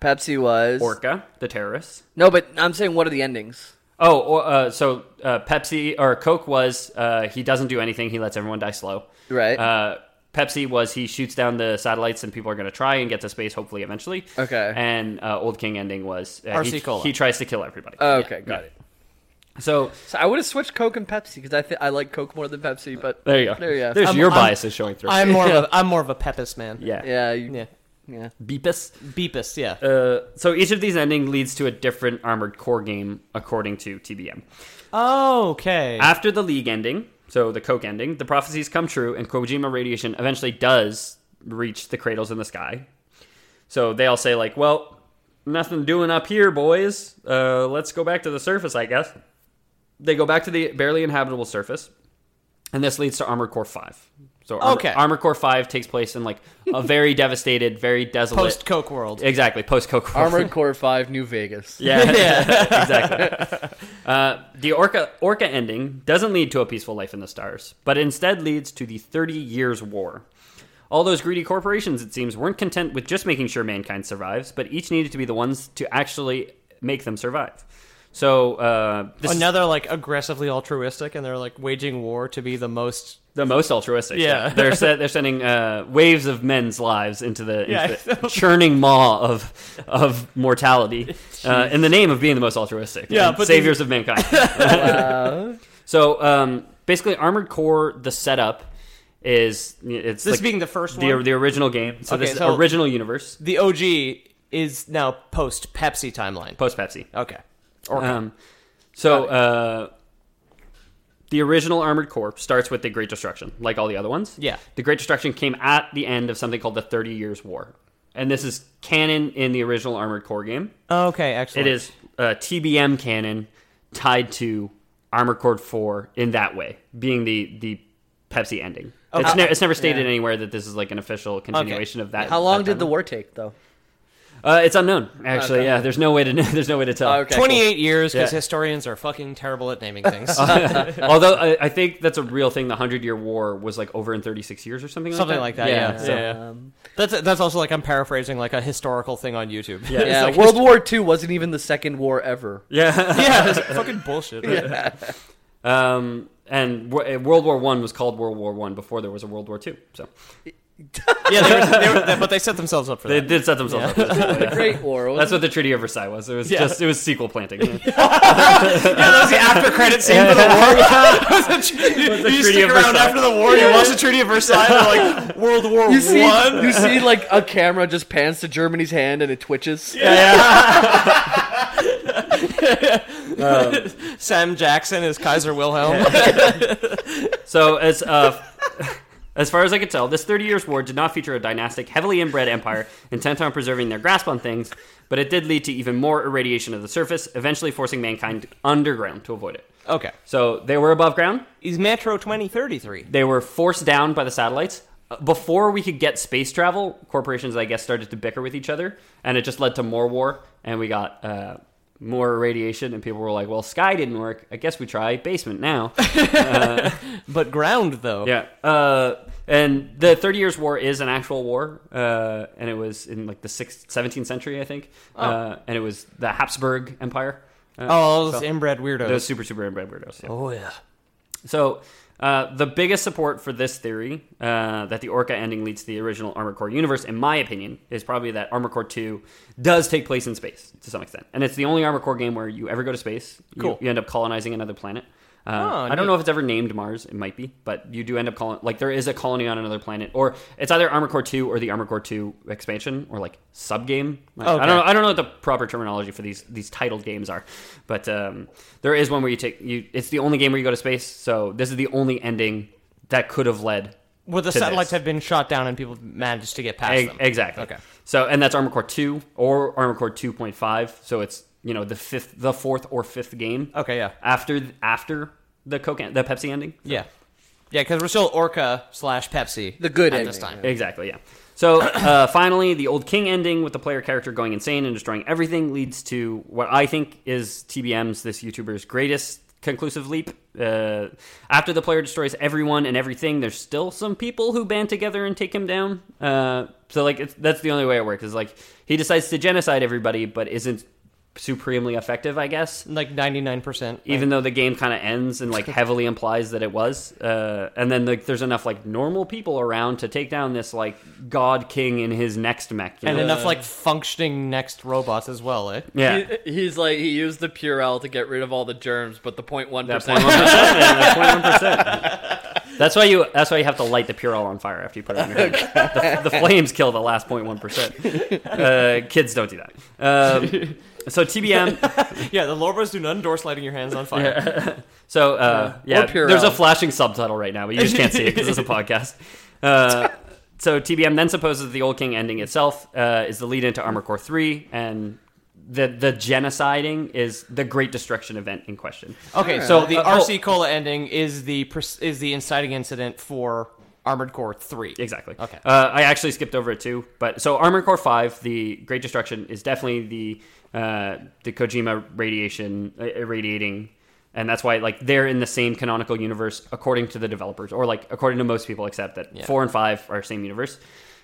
Speaker 1: Pepsi was
Speaker 2: Orca, the terrorists.
Speaker 1: no, but I'm saying what are the endings?
Speaker 2: Oh, or, uh, so uh, Pepsi or Coke was uh, he doesn't do anything. He lets everyone die slow.
Speaker 1: Right.
Speaker 2: Uh, Pepsi was he shoots down the satellites and people are going to try and get to space hopefully eventually.
Speaker 1: Okay.
Speaker 2: And uh, Old King ending was uh,
Speaker 3: RC
Speaker 2: he,
Speaker 3: Cola.
Speaker 2: he tries to kill everybody.
Speaker 1: Oh, okay, got it.
Speaker 2: it. So
Speaker 1: So I would have switched Coke and Pepsi because I th- I like Coke more than Pepsi, but
Speaker 2: there you go.
Speaker 1: There you go.
Speaker 2: There's
Speaker 3: I'm-
Speaker 2: your
Speaker 3: I'm-
Speaker 2: biases showing through.
Speaker 3: I'm more of a I'm more of a Pepis man.
Speaker 2: yeah.
Speaker 1: yeah, you, yeah,
Speaker 3: Yeah.
Speaker 2: Beepus.
Speaker 3: Beepus, yeah.
Speaker 2: Uh, so each of these ending leads to a different armored core game according to TBM. Uh,
Speaker 3: okay.
Speaker 2: After the league ending, so the Coke ending, the prophecies come true, and Kojima radiation eventually does reach the cradles in the sky. So they all say, like, well, nothing doing up here, boys. Uh, let's go back to the surface, I guess. They go back to the barely inhabitable surface, and this leads to Armored Core 5. So Armor,
Speaker 3: Okay.
Speaker 2: Armored Core 5 takes place in, like, a very devastated, very desolate.
Speaker 3: Post Coke world.
Speaker 2: Exactly, post Coke.
Speaker 1: Armored Core Five, New Vegas.
Speaker 2: Yeah, exactly. Uh, the orca orca ending doesn't lead to a peaceful life in the stars, but instead leads to the Thirty Years' War. All those greedy corporations, it seems, weren't content with just making sure mankind survives, but each needed to be the ones to actually make them survive. So uh, this is
Speaker 3: Another like aggressively altruistic and they're like waging war to be the most
Speaker 2: the most altruistic.
Speaker 3: Yeah.
Speaker 2: they're se- they're sending uh, waves of men's lives into the, into
Speaker 3: Yeah.
Speaker 2: the churning maw of of mortality uh, in the name of being the most altruistic.
Speaker 3: Yeah,
Speaker 2: and
Speaker 3: but
Speaker 2: saviors of mankind. So um, basically, Armored Core, the setup is it's
Speaker 3: This
Speaker 2: like
Speaker 3: being the first
Speaker 2: the,
Speaker 3: one?
Speaker 2: the original game. So
Speaker 3: Okay,
Speaker 2: this
Speaker 3: so-
Speaker 2: original universe
Speaker 3: the OG is now post Pepsi timeline.
Speaker 2: post Pepsi.
Speaker 3: Okay.
Speaker 2: Um, so uh, the original Armored Core starts with the Great Destruction, like all the other ones.
Speaker 3: Yeah.
Speaker 2: the Great Destruction came at the end of something called the Thirty Years' War, and this is canon in the original Armored Core game.
Speaker 3: Okay, excellent.
Speaker 2: It is uh, TBM canon tied to Armor Core 4 in that way, being the, the Pepsi ending. It's, ne- it's never stated anywhere that this is like an official continuation of that.
Speaker 1: How long
Speaker 2: that
Speaker 1: did the
Speaker 2: timeline.
Speaker 1: war take though?
Speaker 2: Uh, it's unknown, actually. Yeah, there's no way to know, there's no way to tell.
Speaker 1: Okay.
Speaker 3: Twenty eight years because
Speaker 2: Yeah. Uh,
Speaker 3: historians are fucking terrible at naming things.
Speaker 2: Although I, I think that's a real thing. The Hundred Year War was like over in 36 years or something. Like
Speaker 3: Something
Speaker 2: that.
Speaker 3: like that, yeah.
Speaker 2: so-
Speaker 1: Um,
Speaker 3: That's that's also like I'm paraphrasing like a historical thing on YouTube.
Speaker 2: Yeah.
Speaker 1: yeah, World War Two wasn't even the second war ever.
Speaker 2: yeah.
Speaker 3: yeah, it's fucking bullshit. right?
Speaker 2: Um, and w- World War One was called World War One before there was a World War Two. So
Speaker 3: Yeah, they were, they were, but they set themselves up for
Speaker 2: they
Speaker 3: that.
Speaker 2: did set themselves up.
Speaker 1: The Great War.
Speaker 2: That's
Speaker 1: Wasn't
Speaker 2: what the Treaty of Versailles was. It was
Speaker 3: Yeah.
Speaker 2: just it was sequel planting.
Speaker 3: Yeah, that was the after credit scene for the war. you
Speaker 2: Treaty
Speaker 3: stick
Speaker 2: of
Speaker 3: around
Speaker 2: Versailles.
Speaker 3: after the war, you watch the Treaty of Versailles, they're like World War
Speaker 1: you see,
Speaker 3: One.
Speaker 1: you see, like a camera just pans to Germany's hand and it twitches. Yeah.
Speaker 3: Um, Sam Jackson is Kaiser Wilhelm.
Speaker 2: So as uh, as far as I could tell, this Thirty Years' War did not feature a dynastic, heavily inbred empire intent on preserving their grasp on things, but it did lead to even more irradiation of the surface, eventually forcing mankind underground to avoid it.
Speaker 3: Okay,
Speaker 2: So they were above ground.
Speaker 3: is Metro 2033?
Speaker 2: They were forced down by the satellites. Uh, Before we could get space travel, corporations, I guess, started to bicker with each other, and it just led to more war, and we got uh, more irradiation, and people were like, well, sky didn't work. I guess we try basement now.
Speaker 3: But ground though.
Speaker 2: Yeah. Uh, And the Thirty Years' War is an actual war, uh, and it was in like the sixth, 17th century, I think. Uh, and it was the Habsburg Empire. Uh,
Speaker 3: Oh, those
Speaker 2: so-
Speaker 3: inbred weirdos.
Speaker 2: those super super inbred weirdos. yeah.
Speaker 3: oh yeah.
Speaker 2: So, uh, the biggest support for this theory uh, that the Orca ending leads to the original Armored Core universe, in my opinion, is probably that Armored Core 2 does take place in space to some extent. And it's the only Armored Core game where you ever go to space. You-
Speaker 3: Cool.
Speaker 2: You, end up colonizing another planet. Uh,
Speaker 3: Oh,
Speaker 2: I don't
Speaker 3: neat.
Speaker 2: know if it's ever named Mars. It might be, but you do end up calling like there is a colony on another planet, or it's either Armored Core Two or the Armored Core Two expansion, or like subgame. Like, I
Speaker 3: Okay.
Speaker 2: don't know. I don't know what the proper terminology for these these titled games are, but um, there is one where you take you. It's the only game where you go to space, so this is the only ending that could have led.
Speaker 3: Where the
Speaker 2: to
Speaker 3: satellites
Speaker 2: this.
Speaker 3: have been shot down and people managed to get past
Speaker 2: E-
Speaker 3: them.
Speaker 2: exactly.
Speaker 3: Okay.
Speaker 2: So and that's Armored Core Two or Armored Core Two point five. So it's you know the fifth, the fourth or fifth game.
Speaker 3: Okay, yeah.
Speaker 2: After after the Coke en- the Pepsi ending.
Speaker 3: Yeah. Yeah, because we're still Orca slash Pepsi.
Speaker 1: The good
Speaker 3: at
Speaker 1: ending,
Speaker 3: this time.
Speaker 2: Exactly, yeah. So uh, finally, the old king ending with the player character going insane and destroying everything leads to what I think is TBM's, this YouTuber's greatest conclusive leap. Uh, after the player destroys everyone and everything, there's still some people who band together and take him down. Uh, so, like, it's, that's the only way it works. Is like he decides to genocide everybody, but isn't supremely effective, I guess
Speaker 3: Like ninety nine percent.
Speaker 2: even though the game kind of ends and like heavily implies that it was uh, and then like there's enough like normal people around to take down this like god king in his next mech you
Speaker 3: and
Speaker 2: know?
Speaker 3: enough like functioning next robots as well, eh?
Speaker 2: yeah
Speaker 1: He- he's like he used the Purell to get rid of all the germs, but the 0.1
Speaker 2: That
Speaker 1: percent.
Speaker 2: 0.1%, man, that 0.1%. That's why you. That's why you have to light the Purell on fire after you put it on your head. The, the flames kill the last 0.1 percent. Uh, kids don't do that. Um, so TBM.
Speaker 3: Yeah, the Lorbos do not endorse lighting your hands on fire.
Speaker 2: So uh, yeah,
Speaker 1: Purell.
Speaker 2: there's a flashing subtitle right now, but you just can't see it because it's a podcast. Uh, so TBM then supposes the Old King ending itself uh, is the lead into Armor Core Three, and the the genociding is the Great Destruction event in question.
Speaker 3: Okay, so the
Speaker 2: Uh, oh.
Speaker 3: RC Cola ending is the pres- is the inciting incident for Armored Core Three.
Speaker 2: Exactly.
Speaker 3: Okay.
Speaker 2: Uh, I actually skipped over it too, but so Armor Core Five, the Great Destruction, is definitely the uh, the Kojima radiation uh, irradiating, and that's why like they're in the same canonical universe according to the developers, or like according to most people, except that four and five are same universe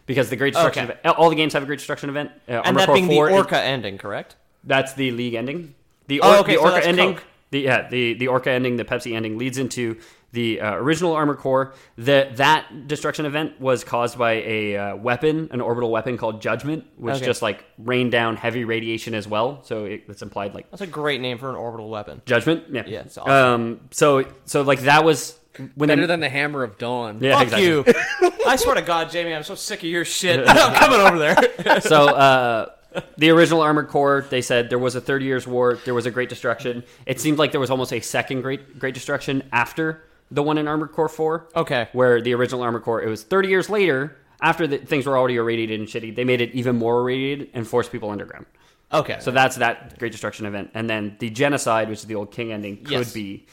Speaker 2: because the Great Destruction
Speaker 3: Oh, Okay.
Speaker 2: event, all the games have a Great Destruction event. Uh,
Speaker 3: and
Speaker 2: Armored
Speaker 3: that
Speaker 2: Core
Speaker 3: being the
Speaker 2: 4 is-
Speaker 3: Orca ending, correct?
Speaker 2: that's the league ending. The,
Speaker 3: Oh,
Speaker 2: or-
Speaker 3: okay,
Speaker 2: the
Speaker 3: so
Speaker 2: orca
Speaker 3: that's
Speaker 2: ending.
Speaker 3: Coke.
Speaker 2: The yeah, the the orca ending, the Pepsi ending leads into the uh, original armor core. The that destruction event was caused by a uh, weapon, an orbital weapon called Judgment, which
Speaker 3: Okay.
Speaker 2: just like rained down heavy radiation as well. So it, it's implied like
Speaker 3: That's a great name for an orbital weapon.
Speaker 2: judgment. Yeah,
Speaker 3: Yeah, it's awesome.
Speaker 2: Um, so so like that was when
Speaker 1: Better
Speaker 2: they,
Speaker 1: than the Hammer of Dawn.
Speaker 2: yeah,
Speaker 3: Fuck
Speaker 2: exactly.
Speaker 3: you! I swear to God, Jamie, I'm so sick of your shit. I'm coming over there.
Speaker 2: so uh, the original armored core they said there was a 30 years war there was a great destruction it seemed like there was almost a second great great destruction after the one in armored core 4
Speaker 3: Okay.
Speaker 2: where the original armored core it was 30 years later after the, things were already irradiated and shitty they made it even more irradiated and forced people underground
Speaker 3: Okay,
Speaker 2: so that's that great destruction event and then the genocide which is the old king ending could
Speaker 3: Yes.
Speaker 2: be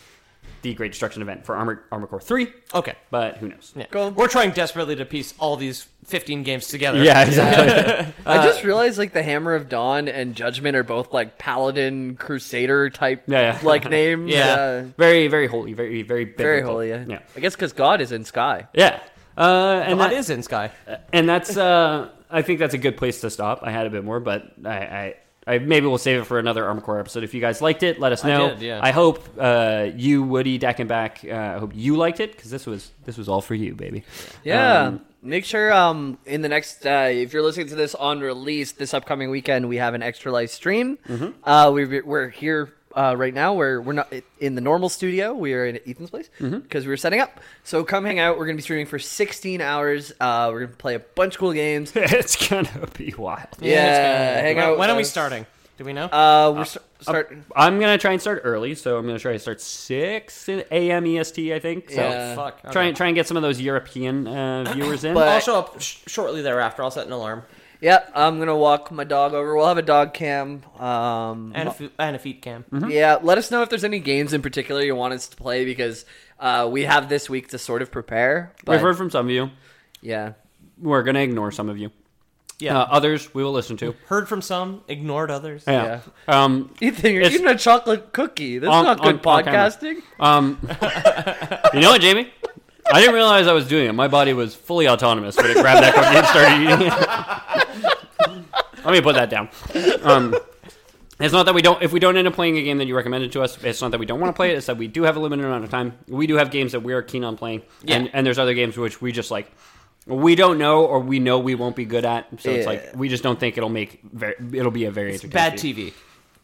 Speaker 2: the great destruction event for armored, armored core 3
Speaker 3: okay.
Speaker 2: but who knows
Speaker 3: Yeah. We're trying desperately to piece all these 15 games together.
Speaker 2: yeah exactly
Speaker 1: I just realized like the Hammer of Dawn and Judgment are both like Paladin Crusader type
Speaker 2: Yeah, yeah.
Speaker 1: like names.
Speaker 3: Yeah.
Speaker 2: very very holy very very biblical.
Speaker 1: very holy. Yeah,
Speaker 2: yeah
Speaker 1: I guess because God is in sky.
Speaker 2: yeah uh, and
Speaker 3: That
Speaker 2: that-
Speaker 3: is in Sky.
Speaker 2: and that's uh, I think that's a good place to stop. I had a bit more, but I, I, I maybe we'll save it for another Armor Core episode. If you guys liked it, let us know.
Speaker 3: did, yeah.
Speaker 2: I hope uh, you, Woody, Dackenback, uh, I hope you liked it because this was this was all for you, baby.
Speaker 1: Yeah.
Speaker 2: Um,
Speaker 1: Make sure um in the next uh, if you're listening to this on release this upcoming weekend we have an extra live stream. Uh, we we're here. Uh, right now we're we're not in the normal studio. We are in Ethan's place because we were setting up. So come hang out. We're gonna be streaming for 16 hours. Uh, we're gonna play a bunch of cool games.
Speaker 2: it's gonna be wild.
Speaker 1: Yeah, hang
Speaker 3: When-
Speaker 1: out.
Speaker 3: When
Speaker 1: with
Speaker 3: are we
Speaker 1: us.
Speaker 3: starting? Do we know?
Speaker 1: Uh, we're st- start.
Speaker 2: I'm gonna try and start early, so I'm gonna try to start six a.m. EST, I think. So
Speaker 1: Yeah.
Speaker 3: Fuck. Okay.
Speaker 2: try and try and get some of those European uh, viewers in.
Speaker 1: But-
Speaker 3: I'll show up sh- shortly thereafter. I'll set an alarm
Speaker 1: Yep, I'm gonna walk my dog over. We'll have a dog cam. Um,
Speaker 3: and a, fe- and a feet cam.
Speaker 2: Mm. Mm-hmm.
Speaker 1: Yeah, let us know if there's any games in particular you want us to play because uh, we have this week to sort of prepare. But
Speaker 2: We've heard from some of you.
Speaker 1: yeah,
Speaker 2: We're gonna ignore some of you.
Speaker 3: Yeah.
Speaker 2: Uh, others we will listen to.
Speaker 3: Heard from some, ignored others.
Speaker 2: Yeah. Um,
Speaker 1: Ethan, you're
Speaker 2: It's-
Speaker 1: eating a chocolate cookie. That's
Speaker 2: On-
Speaker 1: not good
Speaker 2: on- on camera.
Speaker 1: podcasting.
Speaker 2: Um, you know what, Jamie? I didn't realize I was doing it. My body was fully autonomous, but it grabbed that cookie and started eating it. Let me put that down. Um, it's not that we don't. If we don't end up playing a game that you recommended to us, it's not that we don't want to play it. It's that we do have a limited amount of time. We do have games that we are keen on playing, and, and there's other games which we just like. We don't know, or we know we won't be good at. So it's like we just don't think it'll make. Very, it'll be a very entertaining
Speaker 3: Bad
Speaker 2: game.
Speaker 3: TV.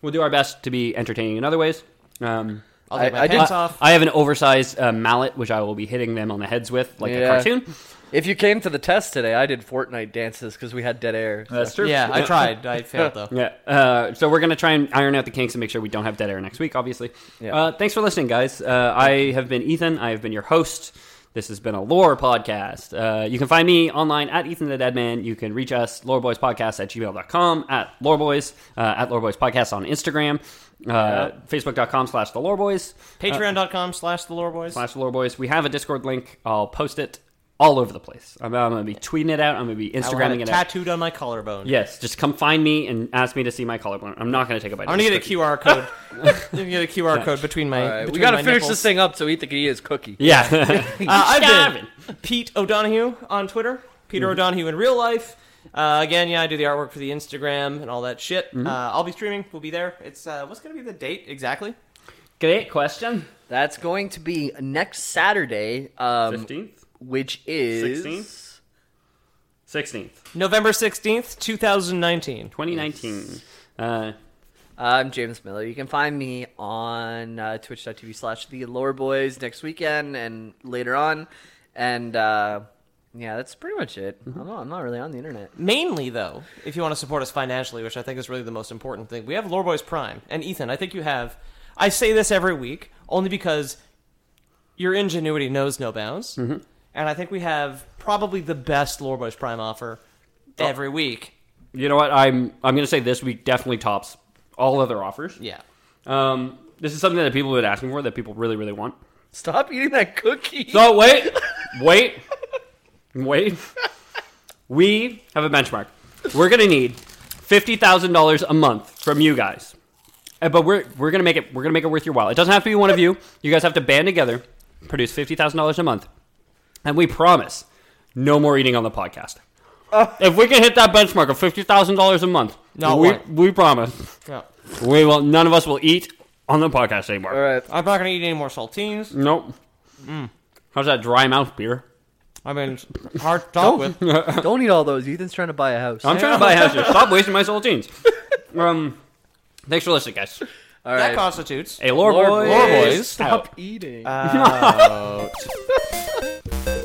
Speaker 2: We'll do our best to be entertaining in other ways. Um,
Speaker 3: I'll take
Speaker 4: I-
Speaker 3: my
Speaker 4: I did-
Speaker 3: pants
Speaker 2: I-
Speaker 3: off.
Speaker 2: I have an oversized uh, mallet, which I will be hitting them on the heads with, like a
Speaker 4: Yeah.
Speaker 2: cartoon.
Speaker 4: If you came to the test today, I did Fortnite dances because we had dead air. so-
Speaker 2: true.
Speaker 3: yeah, I tried. I failed though.
Speaker 2: Yeah. Uh, so we're gonna try and iron out the kinks and make sure we don't have dead air next week. Obviously.
Speaker 4: Yeah.
Speaker 2: Uh, thanks for listening, guys. Uh, I have been Ethan. I have been your host. This has been a lore podcast. Uh, you can find me online at Ethan the Dead Man. You can reach us, loreboyspodcast at gmail.com, at loreboys, uh, at loreboys podcast on Instagram, uh, facebook.com slash the loreboys,
Speaker 3: Patreon.com slash the lore boys.
Speaker 2: slash the loreboys. We have a Discord link. I'll post it all over the place. I'm, I'm going to be tweeting it out. I'm going to be
Speaker 3: I will have
Speaker 2: Instagramming
Speaker 3: it
Speaker 2: it out.
Speaker 3: tattooed on my collarbone.
Speaker 2: Yes, just come find me and ask me to see my collarbone. I'm not going to take a bite.
Speaker 3: I'm gonna get a QR code. I'm gonna get a QR code between my.
Speaker 4: All right, we
Speaker 3: between
Speaker 4: gotta
Speaker 3: my
Speaker 4: finish
Speaker 3: nipples.
Speaker 4: this thing up so Ethan can eat his cookie.
Speaker 2: Yeah.
Speaker 3: Uh, I've
Speaker 2: Gavin.
Speaker 3: been Pete O'Donohue on Twitter.
Speaker 2: Mm-hmm.
Speaker 3: Peter O'Donohue in real life. Uh, again, yeah, I do the artwork for the Instagram and all that shit.
Speaker 2: Mm-hmm.
Speaker 3: Uh, I'll be streaming. We'll be there. It's uh, what's gonna be the date exactly?
Speaker 2: Great question.
Speaker 4: That's going to be next Saturday, um,
Speaker 2: Fifteenth,
Speaker 4: which is
Speaker 2: Sixteenth? sixteenth,
Speaker 3: November sixteenth, two thousand nineteen.
Speaker 2: twenty nineteen. Uh,
Speaker 4: I'm James Miller. You can find me on uh, twitch.tv slash the lore boys next weekend and later on. And uh, yeah, that's pretty much it. I'm, not, I'm not really on the internet.
Speaker 3: Mainly, though, if you want to support us financially, which I think is really the most important thing, we have Loreboys Prime. And Ethan, I think you have. I say this every week only because your ingenuity knows no bounds.
Speaker 4: Mm-hmm.
Speaker 3: And I think we have probably the best Loreboys Prime offer
Speaker 4: Oh.
Speaker 3: every week.
Speaker 2: you know what? I'm I'm gonna say this week definitely tops all other offers.
Speaker 3: Yeah.
Speaker 2: Um, this is something that people have been asking for that people really really want.
Speaker 4: Stop eating that cookie.
Speaker 2: So wait, wait, wait. We have a benchmark. We're gonna need fifty thousand dollars a month from you guys, Uh, but we're we're gonna make it. We're gonna make it worth your while. It doesn't have to be one of you. You guys have to band together, produce fifty thousand dollars a month, and we promise no more eating on the podcast. If we can hit that benchmark of fifty thousand dollars a month,
Speaker 3: Not
Speaker 2: we
Speaker 3: one.
Speaker 2: we promise
Speaker 3: No.
Speaker 2: we will. None of us will eat on the podcast anymore.
Speaker 4: All right.
Speaker 3: I'm not going to eat any more saltines.
Speaker 2: Nope. How's that dry mouth beer?
Speaker 3: I mean, it's hard to talk with.
Speaker 4: Don't eat Oh. all those. Ethan's trying to buy a house.
Speaker 2: I'm trying to buy a house. here. Stop wasting my soul jeans. Um, thanks for listening, guys.
Speaker 4: all
Speaker 3: That
Speaker 4: right.
Speaker 3: constitutes.
Speaker 2: Hey, lore,
Speaker 4: Lore
Speaker 2: boys.
Speaker 4: boys.
Speaker 2: out.
Speaker 4: Stop eating.